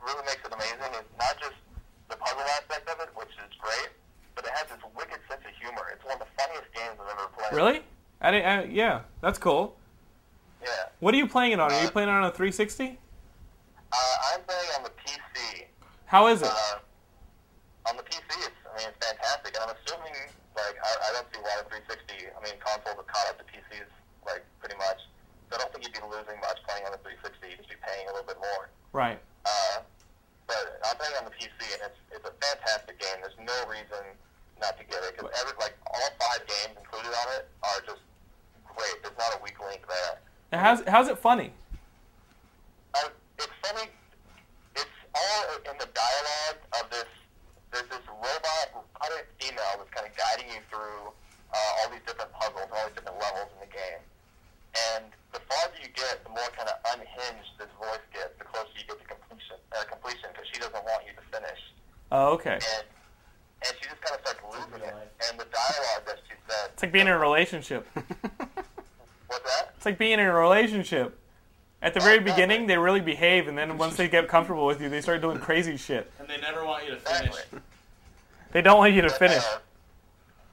Speaker 9: really makes it amazing is not just the puzzle aspect of it, which is great, but it has this wicked sense of humor. It's one of the funniest games I've ever played.
Speaker 1: Really? I didn't. I, yeah, that's cool.
Speaker 9: Yeah.
Speaker 1: What are you playing it on? Are you playing it on a 360?
Speaker 9: Uh, I'm playing on the PC.
Speaker 1: How is it?
Speaker 9: Uh, on the PC, it's, I mean, it's fantastic. And I'm assuming, like, I, I don't see why the 360, I mean, consoles have caught up to PCs, like, pretty much. So I don't think you'd be losing much playing on the 360. You'd just be paying a little bit more.
Speaker 1: Right.
Speaker 9: Uh, but I'm playing on the PC, and it's, it's a fantastic game. There's no reason not to get it. Because, like, all five games included on it are just great. There's not a weak link there.
Speaker 1: Now, how's how's it funny?
Speaker 9: Uh, it's funny. It's all in the dialogue of this. There's this robot, robotic female that's kind of guiding you through uh, all these different puzzles, all these different levels in the game. And the farther you get, the more kind of unhinged this voice gets. The closer you get to completion, uh, completion, because she doesn't want you to finish.
Speaker 1: Oh, okay.
Speaker 9: And and she just kind of starts losing it. And the dialogue that she said.
Speaker 1: It's like being in a relationship.
Speaker 9: What's that?
Speaker 1: It's like being in a relationship. At the very beginning, they really behave, and then once they get comfortable with you, they start doing crazy shit.
Speaker 2: and they never want you to finish.
Speaker 9: Exactly.
Speaker 1: They don't want you to
Speaker 9: But,
Speaker 1: finish.
Speaker 9: uh,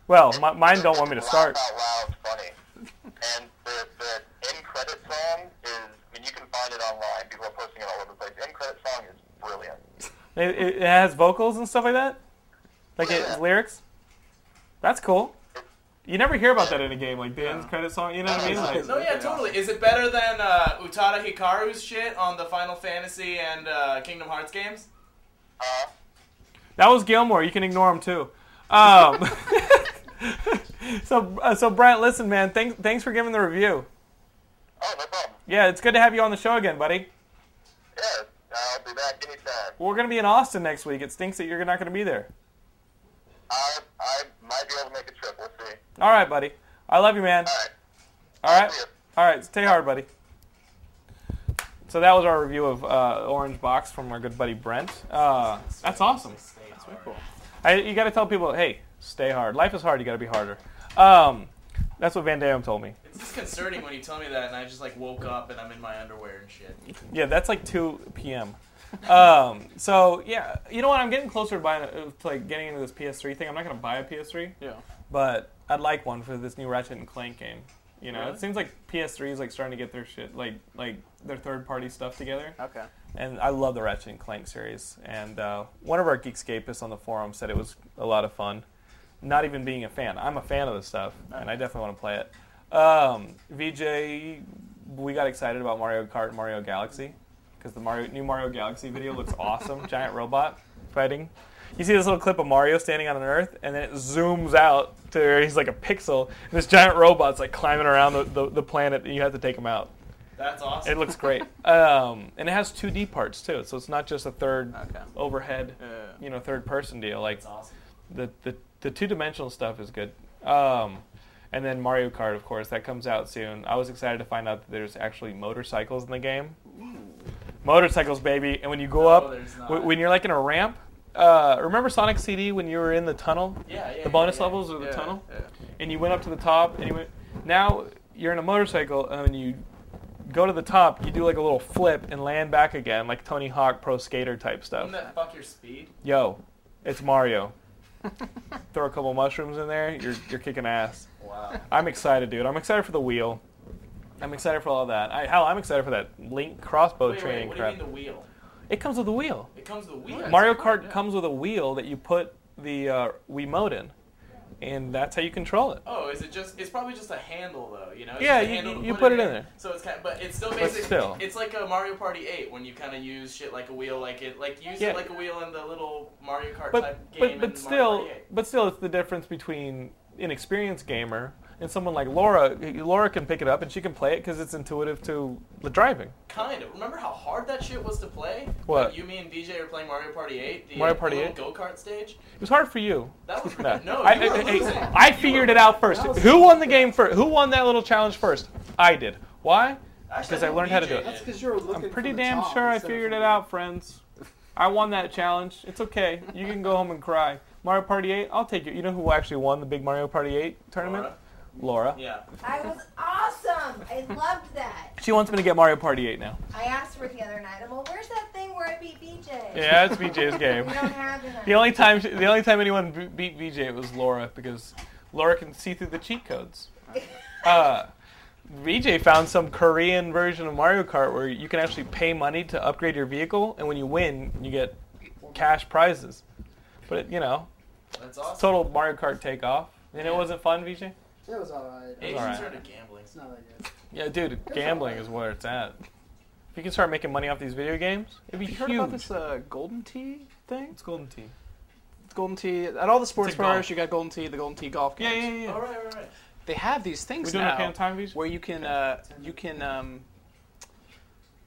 Speaker 1: Well, my, Uh, mine don't want me to
Speaker 9: Laugh
Speaker 1: start.
Speaker 9: Out loud, funny. And the, the end credit song is, I mean, you can find it online. People are posting it all over the place. The end credit song is brilliant.
Speaker 1: It, it, it has vocals and stuff like that? Like it,
Speaker 9: Yeah.
Speaker 1: lyrics? That's cool.
Speaker 9: It,
Speaker 1: You never hear about that in a game, like the end credit song. You know what I mean? Like,
Speaker 2: No, yeah, totally. Is it better than uh, Utada Hikaru's shit on the Final Fantasy and uh, Kingdom Hearts games?
Speaker 9: Uh,
Speaker 1: That was Gilmore. You can ignore him too. Um, so, uh, so Brent, listen, man. Thanks, thanks for giving the review.
Speaker 9: oh, no problem.
Speaker 1: Yeah, it's good to have you on the show again, buddy.
Speaker 9: Yeah, I'll be back anytime.
Speaker 1: We're gonna be in Austin next week. It stinks that you're not gonna be there.
Speaker 9: I, I might be able to make a trip. We'll see.
Speaker 1: All right, buddy. I love you, man.
Speaker 9: All right.
Speaker 1: All right,
Speaker 9: See ya.
Speaker 1: all right. Stay hard, buddy. So that was our review of uh, Orange Box from our good buddy Brent. Uh, that's awesome.
Speaker 2: That's
Speaker 1: I, you got to tell people, hey, stay hard. Life is hard. You got to be harder. Um, that's what Van Damme told me.
Speaker 2: It's disconcerting when you tell me that, and I just like woke up and I'm in my underwear and shit.
Speaker 1: Yeah, that's like 2 p.m. Um, so yeah, you know what? I'm getting closer to buying, uh, to like getting into this PS3 thing. I'm not gonna buy a PS3,
Speaker 4: Yeah.
Speaker 1: but I'd like one for this new Ratchet and Clank game. You know,
Speaker 4: Really?
Speaker 1: it seems like PS3 is like starting to get their shit, like like their third party stuff together.
Speaker 4: Okay.
Speaker 1: And I love the Ratchet and Clank series. And uh, one of our Geekscapists on the forum said it was a lot of fun. Not even being a fan, I'm a fan of this stuff, and I definitely want to play it. Um, VJ, we got excited about Mario Kart, and Mario Galaxy, because the Mario, new Mario Galaxy video looks awesome. Giant robot fighting. You see this little clip of Mario standing on an Earth, and then it zooms out to where he's like a pixel. And this giant robot's like climbing around the, the, the planet, and you have to take him out.
Speaker 2: That's awesome.
Speaker 1: It looks great, um, and it has 2D parts too, so it's not just a third
Speaker 4: Okay.
Speaker 1: overhead,
Speaker 4: Yeah.
Speaker 1: you know, third person deal. Like
Speaker 2: That's awesome.
Speaker 1: the the, the two dimensional stuff is good, um, and then Mario Kart, of course, that comes out soon. I was excited to find out that there's actually motorcycles in the game. Motorcycles, baby! And when you go up,
Speaker 2: there's not.
Speaker 1: w- when you're like in a ramp, uh, remember Sonic CD when you were in the tunnel,
Speaker 2: Yeah, yeah.
Speaker 1: the bonus
Speaker 2: yeah, yeah.
Speaker 1: levels or the
Speaker 4: yeah,
Speaker 1: tunnel?
Speaker 4: Yeah.
Speaker 1: and you went up to the top and you went now you're in a motorcycle and you go to the top you do like a little flip and land back again like tony hawk pro skater type stuff
Speaker 2: Wouldn't that fuck your speed?
Speaker 1: yo it's mario throw a couple mushrooms in there you're, you're kicking ass
Speaker 2: Wow.
Speaker 1: i'm excited dude i'm excited for the wheel i'm excited for all that I, hell i'm excited for that link crossbow
Speaker 2: Wait, wait,
Speaker 1: training
Speaker 2: what do you
Speaker 1: crap
Speaker 2: mean the wheel?
Speaker 1: it comes with a wheel
Speaker 2: It comes with a wheel.
Speaker 1: Mario Kart comes with a wheel that you put the uh, Wiimote in, and that's how you control it.
Speaker 2: Oh, is it just? It's probably just a handle, though. You know. It's
Speaker 1: Yeah,
Speaker 2: just a
Speaker 1: you-
Speaker 2: handle
Speaker 1: you-
Speaker 2: to
Speaker 1: you put it in there.
Speaker 2: So it's kind, of, but it's still basically.
Speaker 1: still.
Speaker 2: It's like a Mario Party Eight when you kind of use shit like a wheel, like it, like you use
Speaker 1: Yeah.
Speaker 2: it like a wheel in the little Mario Kart
Speaker 1: but
Speaker 2: type game.
Speaker 1: but
Speaker 2: in
Speaker 1: but
Speaker 2: Mario
Speaker 1: still
Speaker 2: Party 8.
Speaker 1: but still it's the difference between an experienced gamer and someone like Laura. Laura can pick it up and she can play it because it's intuitive to the driving.
Speaker 2: Kind of. Remember how hard that shit was to play?
Speaker 1: What?
Speaker 2: Like, you, me, and DJ are playing Mario Party 8. The
Speaker 1: Mario Party 8?
Speaker 2: Go kart stage.
Speaker 1: It was hard for you.
Speaker 2: That was
Speaker 1: No,
Speaker 2: no.
Speaker 1: I,
Speaker 2: you were
Speaker 1: I- I-
Speaker 2: losing.
Speaker 1: I figured it out first. Who won the game first? Who won that little challenge first? I did. Why?
Speaker 2: Actually,
Speaker 1: because I
Speaker 2: think
Speaker 1: learned how to
Speaker 2: DJ
Speaker 1: do it.
Speaker 8: That's
Speaker 2: did.
Speaker 8: because you're looking.
Speaker 1: I'm
Speaker 8: from
Speaker 1: pretty
Speaker 8: the
Speaker 1: damn
Speaker 8: top
Speaker 1: sure I
Speaker 8: instead of
Speaker 1: figured
Speaker 8: from
Speaker 1: it
Speaker 8: the-
Speaker 1: out, friends. I won that challenge. It's okay. You can go home and cry. Mario Party 8, I'll take you. You know who actually won the big Mario Party 8 tournament?
Speaker 2: Laura.
Speaker 1: Laura.
Speaker 2: Yeah.
Speaker 6: I was awesome. I loved that.
Speaker 1: She wants me to get Mario Party 8 now.
Speaker 6: I asked her the other night. I'm well, where's that thing where I beat BJ?
Speaker 1: Yeah, it's BJ's
Speaker 6: We
Speaker 1: game.
Speaker 6: don't have that.
Speaker 1: The only time the only time anyone b- beat VJ it was Laura because Laura can see through the cheat codes. Uh, VJ found some Korean version of Mario Kart where you can actually pay money to upgrade your vehicle, and when you win, you get cash prizes. But you know,
Speaker 2: That's awesome.
Speaker 1: total Mario Kart takeoff, and it wasn't fun, VJ.
Speaker 8: It was alright.
Speaker 2: Asians
Speaker 1: alright.
Speaker 2: are into gambling.
Speaker 8: It's not that good.
Speaker 1: Yeah, dude, gambling is where it's at. If you can start making money off these video games, it'd be
Speaker 4: You
Speaker 1: huge.
Speaker 4: heard about this uh, golden tea thing?
Speaker 1: It's golden tea.
Speaker 4: It's golden tea at all the sports
Speaker 1: It's like
Speaker 4: bars.
Speaker 1: golf.
Speaker 4: You got golden tea, the golden tea golf games.
Speaker 1: Yeah, yeah, yeah.
Speaker 2: All right, all right, all right.
Speaker 4: They have these things
Speaker 1: We doing
Speaker 4: now
Speaker 1: okay on time, VJ?
Speaker 4: where you can uh, you can um,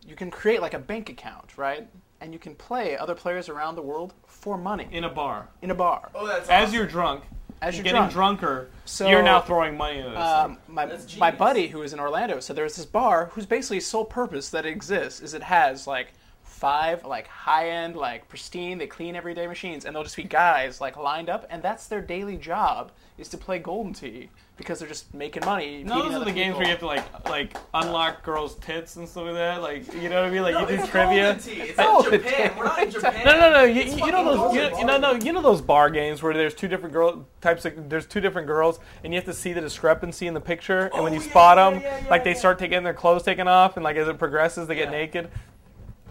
Speaker 4: you can create like a bank account, right? And you can play other players around the world for money
Speaker 1: In
Speaker 4: in,
Speaker 1: a bar,
Speaker 4: a bar
Speaker 2: Oh, that's
Speaker 1: as
Speaker 2: awesome.
Speaker 1: you're drunk,
Speaker 4: as you're
Speaker 1: getting
Speaker 4: drunk.
Speaker 1: drunker,
Speaker 4: So,
Speaker 1: you're now throwing money into this.
Speaker 4: Um, my
Speaker 2: That's
Speaker 4: my
Speaker 2: genius.
Speaker 4: buddy who is in Orlando, so there's this bar whose basically sole purpose that it exists is it has like five like high end like pristine they clean everyday machines and they'll just be guys like lined up and that's their daily job is to play golden tea because they're just making money.
Speaker 1: No,
Speaker 4: beating
Speaker 1: those are
Speaker 4: other
Speaker 1: the games
Speaker 4: people.
Speaker 1: where you have to like like unlock girls' tits and stuff like that. Like you know what I mean? Like
Speaker 2: No,
Speaker 1: you do
Speaker 2: it's
Speaker 1: trivia.
Speaker 2: golden tea. It's
Speaker 1: Oh,
Speaker 2: in Japan. We're not in Japan.
Speaker 1: No, no, no. You,
Speaker 2: It's
Speaker 1: you know those.
Speaker 2: fucking
Speaker 1: You know,
Speaker 2: golden
Speaker 1: you know, no, you know those bar games where there's two different girl types. Of, there's two different girls, and you have to see the discrepancy in the picture. And when
Speaker 2: Oh,
Speaker 1: you
Speaker 2: yeah,
Speaker 1: spot
Speaker 2: yeah,
Speaker 1: them,
Speaker 2: yeah, yeah,
Speaker 1: like they
Speaker 2: yeah.
Speaker 1: start taking their clothes taken off, and like as it progresses, they get
Speaker 2: Yeah.
Speaker 1: naked.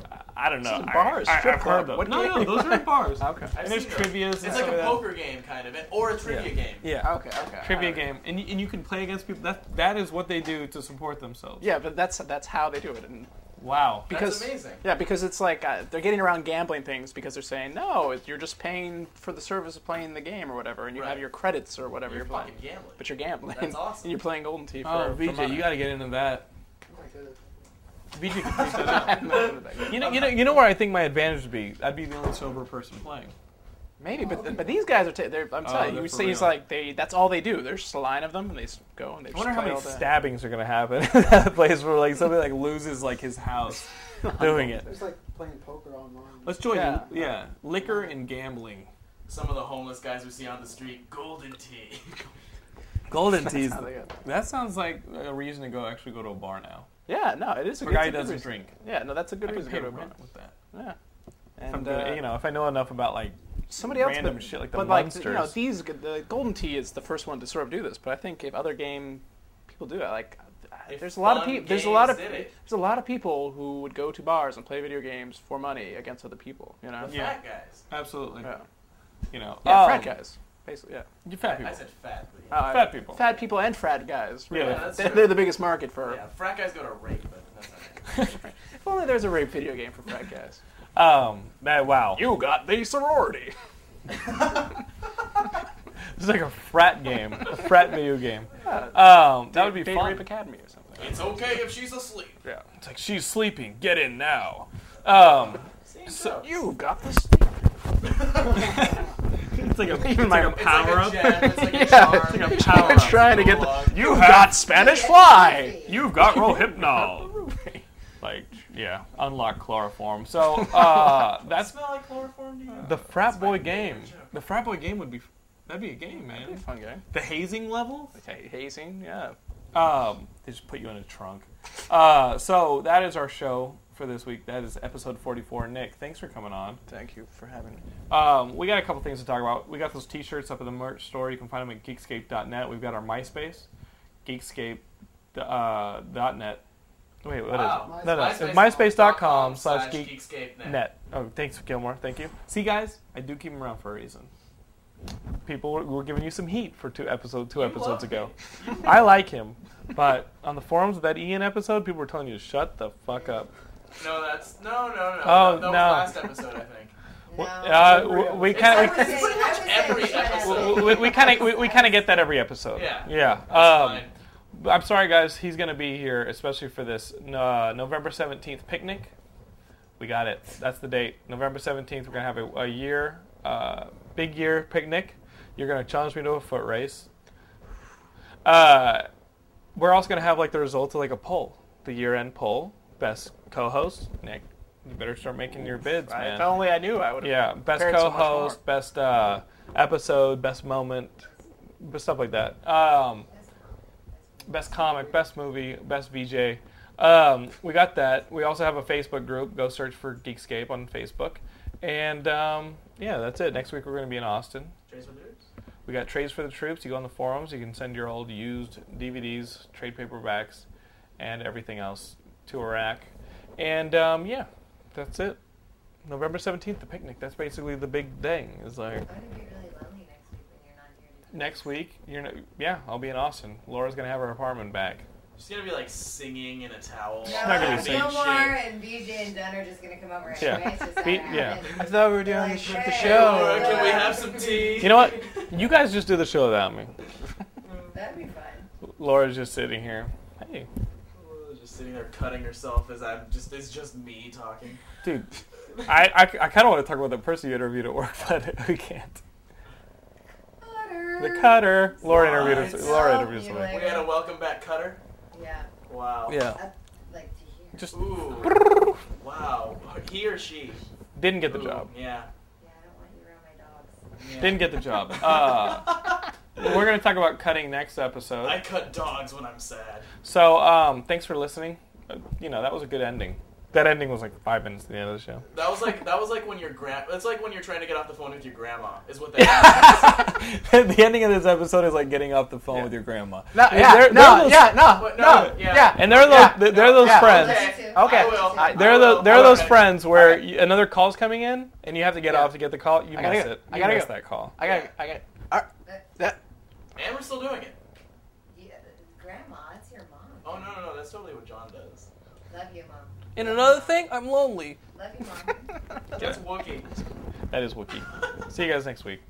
Speaker 1: I- I don't know.
Speaker 4: This is bars,
Speaker 1: I, I,
Speaker 4: strip
Speaker 1: I've
Speaker 4: club.
Speaker 1: heard those.
Speaker 4: What
Speaker 1: no, no,
Speaker 4: game?
Speaker 1: those are bars.
Speaker 4: Okay.
Speaker 2: I've
Speaker 1: And there's
Speaker 2: seen those.
Speaker 1: trivias.
Speaker 2: It's like a poker game kind of, and- or a trivia
Speaker 1: Yeah.
Speaker 2: game.
Speaker 1: Yeah.
Speaker 4: Okay. Okay.
Speaker 1: Trivia
Speaker 4: All right.
Speaker 1: game, and you, and you can play against people. That that is what they do to support themselves.
Speaker 4: Yeah, but that's that's how they do it, and
Speaker 1: Wow.
Speaker 4: because
Speaker 2: amazing.
Speaker 4: yeah, because it's like uh, they're getting around gambling things because they're saying no, it- you're just paying for the service of playing the game or whatever, and you have
Speaker 2: Right.
Speaker 4: your credits or whatever you're,
Speaker 2: You're
Speaker 4: playing.
Speaker 2: fucking gambling.
Speaker 4: But you're gambling.
Speaker 2: That's awesome.
Speaker 4: and you're playing Golden Tee for,
Speaker 1: Oh,
Speaker 4: for
Speaker 1: VJ,
Speaker 4: money.
Speaker 1: you got to get into that. VJ can figure that out.
Speaker 4: I'm not into that game.
Speaker 1: You know, you know, you know where I think my advantage would be. I'd be the only sober person playing.
Speaker 4: Maybe, but but these guys are. T- they're, I'm
Speaker 1: Oh,
Speaker 4: telling you,
Speaker 1: they're
Speaker 4: you
Speaker 1: for
Speaker 4: see, he's
Speaker 1: real.
Speaker 4: like they. That's all they do. There's just a line of them, and they s- go and they.
Speaker 1: I wonder
Speaker 4: just
Speaker 1: how
Speaker 4: play
Speaker 1: many
Speaker 4: all day.
Speaker 1: stabbings are gonna happen in that place where like somebody like loses like his house doing it.
Speaker 8: It's like playing poker online.
Speaker 1: Let's join.
Speaker 4: Yeah.
Speaker 1: Yeah, liquor and gambling.
Speaker 2: Some of the homeless guys we see on the street, golden tea.
Speaker 1: Golden teas.
Speaker 4: how they go.
Speaker 1: That sounds like a reason to go actually go to a bar now.
Speaker 4: Yeah, no, it is a
Speaker 1: For a
Speaker 4: good.
Speaker 1: guy
Speaker 4: it's
Speaker 1: who
Speaker 4: a good
Speaker 1: doesn't
Speaker 4: reason.
Speaker 1: drink,
Speaker 4: Yeah, no, that's a
Speaker 1: I
Speaker 4: good
Speaker 1: can
Speaker 4: reason to
Speaker 1: pay
Speaker 4: go to a bar.
Speaker 1: rent with that.
Speaker 4: Yeah,
Speaker 1: If I'm
Speaker 4: and
Speaker 1: good-
Speaker 4: uh,
Speaker 1: you know, if I know enough about like
Speaker 4: somebody else,
Speaker 1: random
Speaker 4: but,
Speaker 1: shit like the
Speaker 4: but like
Speaker 1: monsters.
Speaker 4: you know, these g- the Golden Tee is the first one to sort of do this. But I think if other game people do it, like uh,
Speaker 2: If
Speaker 4: there's a lot of
Speaker 2: fun
Speaker 4: people. There's a lot of
Speaker 2: games did it.
Speaker 4: there's a lot of people who would go to bars and play video games for money against other people. You know,
Speaker 2: The
Speaker 1: Yeah.
Speaker 2: fat guys.
Speaker 1: Absolutely.
Speaker 4: yeah,
Speaker 1: You know,
Speaker 4: yeah
Speaker 1: Um,
Speaker 4: frat guys, basically, yeah.
Speaker 1: you Fat
Speaker 2: I
Speaker 1: people.
Speaker 2: said fat. But yeah.
Speaker 4: Uh,
Speaker 1: Fat people.
Speaker 4: fat people, and frat guys.
Speaker 1: Yeah,
Speaker 4: really.
Speaker 2: that's
Speaker 4: they're,
Speaker 2: true.
Speaker 4: they're the biggest market for.
Speaker 2: yeah, frat guys go to rape, but that's not it.
Speaker 4: If only there's a rape video game for frat guys.
Speaker 1: Um, that wow.
Speaker 4: you got the sorority.
Speaker 1: It's like a frat game, a frat video game.
Speaker 4: Yeah,
Speaker 1: Um, that would be
Speaker 4: Date
Speaker 1: fun.
Speaker 4: Rape Academy or something.
Speaker 2: It's okay if she's asleep.
Speaker 1: Yeah. It's like she's sleeping. Get in now. Um,
Speaker 2: So,
Speaker 4: You got the sleep.
Speaker 1: it's like a,
Speaker 4: Even my
Speaker 2: it's like a jab, it's like a
Speaker 4: Yeah,
Speaker 2: charm,
Speaker 1: like a
Speaker 2: it's
Speaker 1: power
Speaker 2: monologue.
Speaker 1: up.
Speaker 4: Trying to get the. You got Spanish fly.
Speaker 1: You've got Rohypnol. like, yeah, unlock chloroform. So uh,
Speaker 2: Does it
Speaker 1: that's
Speaker 2: smell like chloroform to you?
Speaker 1: the frat boy game.
Speaker 2: favorite joke.
Speaker 1: The frat boy game would be that'd be a game, man.
Speaker 4: Fun game.
Speaker 1: The hazing level.
Speaker 4: Okay, hazing. Yeah.
Speaker 1: Um, they just put you in a trunk. Uh, so that is our show for this week. That is episode 44. Nick, thanks for coming on.
Speaker 4: Thank you for having me.
Speaker 1: Um, we got a couple things to talk about. We got those T-shirts up at the merch store. You can find them at geekscape.net. We've got our MySpace, geekscape.net. Uh, dot net. Wait, what is
Speaker 2: Wow.
Speaker 1: it? No, no, it's
Speaker 2: MySpace.com
Speaker 1: MySace.com slash geek
Speaker 2: Geekscape net.
Speaker 1: net. Oh, thanks, Gilmore. Thank you. See, guys, I do keep them around for a reason. People were, were giving you some heat for two episode two episodes
Speaker 2: love
Speaker 1: ago. I like him, but on the forums of that Ian episode, people were telling you to shut the fuck up.
Speaker 2: No, that's no, no, no.
Speaker 1: Oh,
Speaker 2: that, that was
Speaker 1: no.
Speaker 2: last episode, I think.
Speaker 6: No.
Speaker 1: Uh, w- we kind
Speaker 6: I
Speaker 1: of
Speaker 6: would say- I would say
Speaker 2: every
Speaker 6: shut up.
Speaker 2: episode.
Speaker 1: we, we, we kind of we, we kind of get that every episode.
Speaker 2: Yeah.
Speaker 1: Yeah. Um,
Speaker 2: Fine.
Speaker 1: But I'm sorry, guys. He's going to be here, especially for this uh, November 17th picnic. We got it. That's the date. November 17th, we're going to have a, a year, uh, big year picnic. You're going to challenge me to a foot race. Uh, we're also going to have like the results of like a poll, the year-end poll, best co-host. Nick, you better start making your bids,
Speaker 4: I,
Speaker 1: man.
Speaker 4: if only I knew, I would. have
Speaker 1: Yeah, best
Speaker 4: prepared so much
Speaker 1: co-host,
Speaker 4: more.
Speaker 1: best uh, episode, best moment, b- stuff like that. Um, best comic, best movie, best VJ. Um, we got that. We also have a Facebook group. Go search for Geekscape on Facebook. And um, yeah, that's it. Next week we're going to be in Austin.
Speaker 2: Trace with Roots?
Speaker 1: We got trades for the troops. You go on the forums. You can send your old used DVDs, trade paperbacks, and everything else to Iraq. And um, yeah, that's it. November seventeenth, the picnic. That's basically the big thing. Is like
Speaker 6: I'm gonna be really lonely next week when you're not here. to-
Speaker 1: next week. You're no, yeah, I'll be in Austin. Laura's gonna have her apartment back.
Speaker 2: She's gonna be like singing in a towel.
Speaker 6: No,
Speaker 1: not gonna be safe.
Speaker 6: Gilmore and BJ and Dunn are just gonna come over.
Speaker 1: Yeah.
Speaker 6: anyways, just
Speaker 1: Be-
Speaker 6: have
Speaker 1: yeah.
Speaker 6: it.
Speaker 4: I thought we were doing
Speaker 6: Like,
Speaker 4: the, sh- the
Speaker 6: hey,
Speaker 4: show.
Speaker 2: Or Oh, can we have some tea?
Speaker 1: You know what? You guys just do the show without me.
Speaker 6: That'd be fun.
Speaker 1: Laura's just sitting here. Hey,
Speaker 2: Just sitting there cutting herself as I'm just it's just me talking.
Speaker 1: dude. I I, kind of want to talk about the person you interviewed at work, but we can't.
Speaker 6: Cutter.
Speaker 1: The cutter. Laura interviewed.
Speaker 2: Slides.
Speaker 1: us- Laura interviewed. us.
Speaker 6: Anyway.
Speaker 2: We had a welcome back cutter.
Speaker 6: Yeah.
Speaker 2: Wow.
Speaker 1: Yeah.
Speaker 6: I'd like to hear.
Speaker 1: Just
Speaker 2: Ooh. wow. He or she.
Speaker 1: didn't get the
Speaker 2: Ooh,
Speaker 1: job.
Speaker 2: Yeah.
Speaker 6: Yeah, I don't want you around my dogs.
Speaker 2: yeah.
Speaker 1: Didn't get the job. Uh, we're going to talk about cutting next episode.
Speaker 2: I cut dogs when I'm sad.
Speaker 1: so, um, thanks for listening. Uh, you know, that was a good ending. That ending was like five minutes to the end of the show.
Speaker 2: That was like that was like when your grand. That's like when you're trying to get off the phone with your grandma. Is what that. is.
Speaker 7: the ending of this episode is like getting off the phone with your grandma.
Speaker 4: No,
Speaker 7: They're-
Speaker 4: yeah,
Speaker 7: they're
Speaker 4: no,
Speaker 7: those-
Speaker 4: yeah, no,
Speaker 2: But
Speaker 4: no,
Speaker 2: no,
Speaker 4: yeah.
Speaker 2: yeah.
Speaker 1: And they're
Speaker 4: Yeah.
Speaker 1: those they're those
Speaker 4: Yeah.
Speaker 1: friends.
Speaker 6: Okay.
Speaker 4: Okay.
Speaker 2: I will.
Speaker 4: I-
Speaker 1: There are
Speaker 2: I
Speaker 1: those,
Speaker 2: will.
Speaker 1: there are those
Speaker 2: Okay.
Speaker 1: friends where
Speaker 4: Okay.
Speaker 1: you, another call's coming in and you have to get
Speaker 4: Yeah.
Speaker 1: off to get the call. You
Speaker 4: I gotta
Speaker 1: miss
Speaker 4: go.
Speaker 1: it.
Speaker 4: I
Speaker 1: You
Speaker 4: gotta
Speaker 1: miss
Speaker 4: go.
Speaker 1: that call.
Speaker 4: I got, I got. all right,
Speaker 6: But,
Speaker 4: that-
Speaker 2: And we're still doing it.
Speaker 6: yeah, grandma, it's your mom.
Speaker 2: Oh no no no! That's totally what John does.
Speaker 6: Love you, mom.
Speaker 4: And another thing, I'm lonely.
Speaker 6: Love you, mom.
Speaker 2: That's Wookie.
Speaker 1: That is Wookiee. See you guys next week.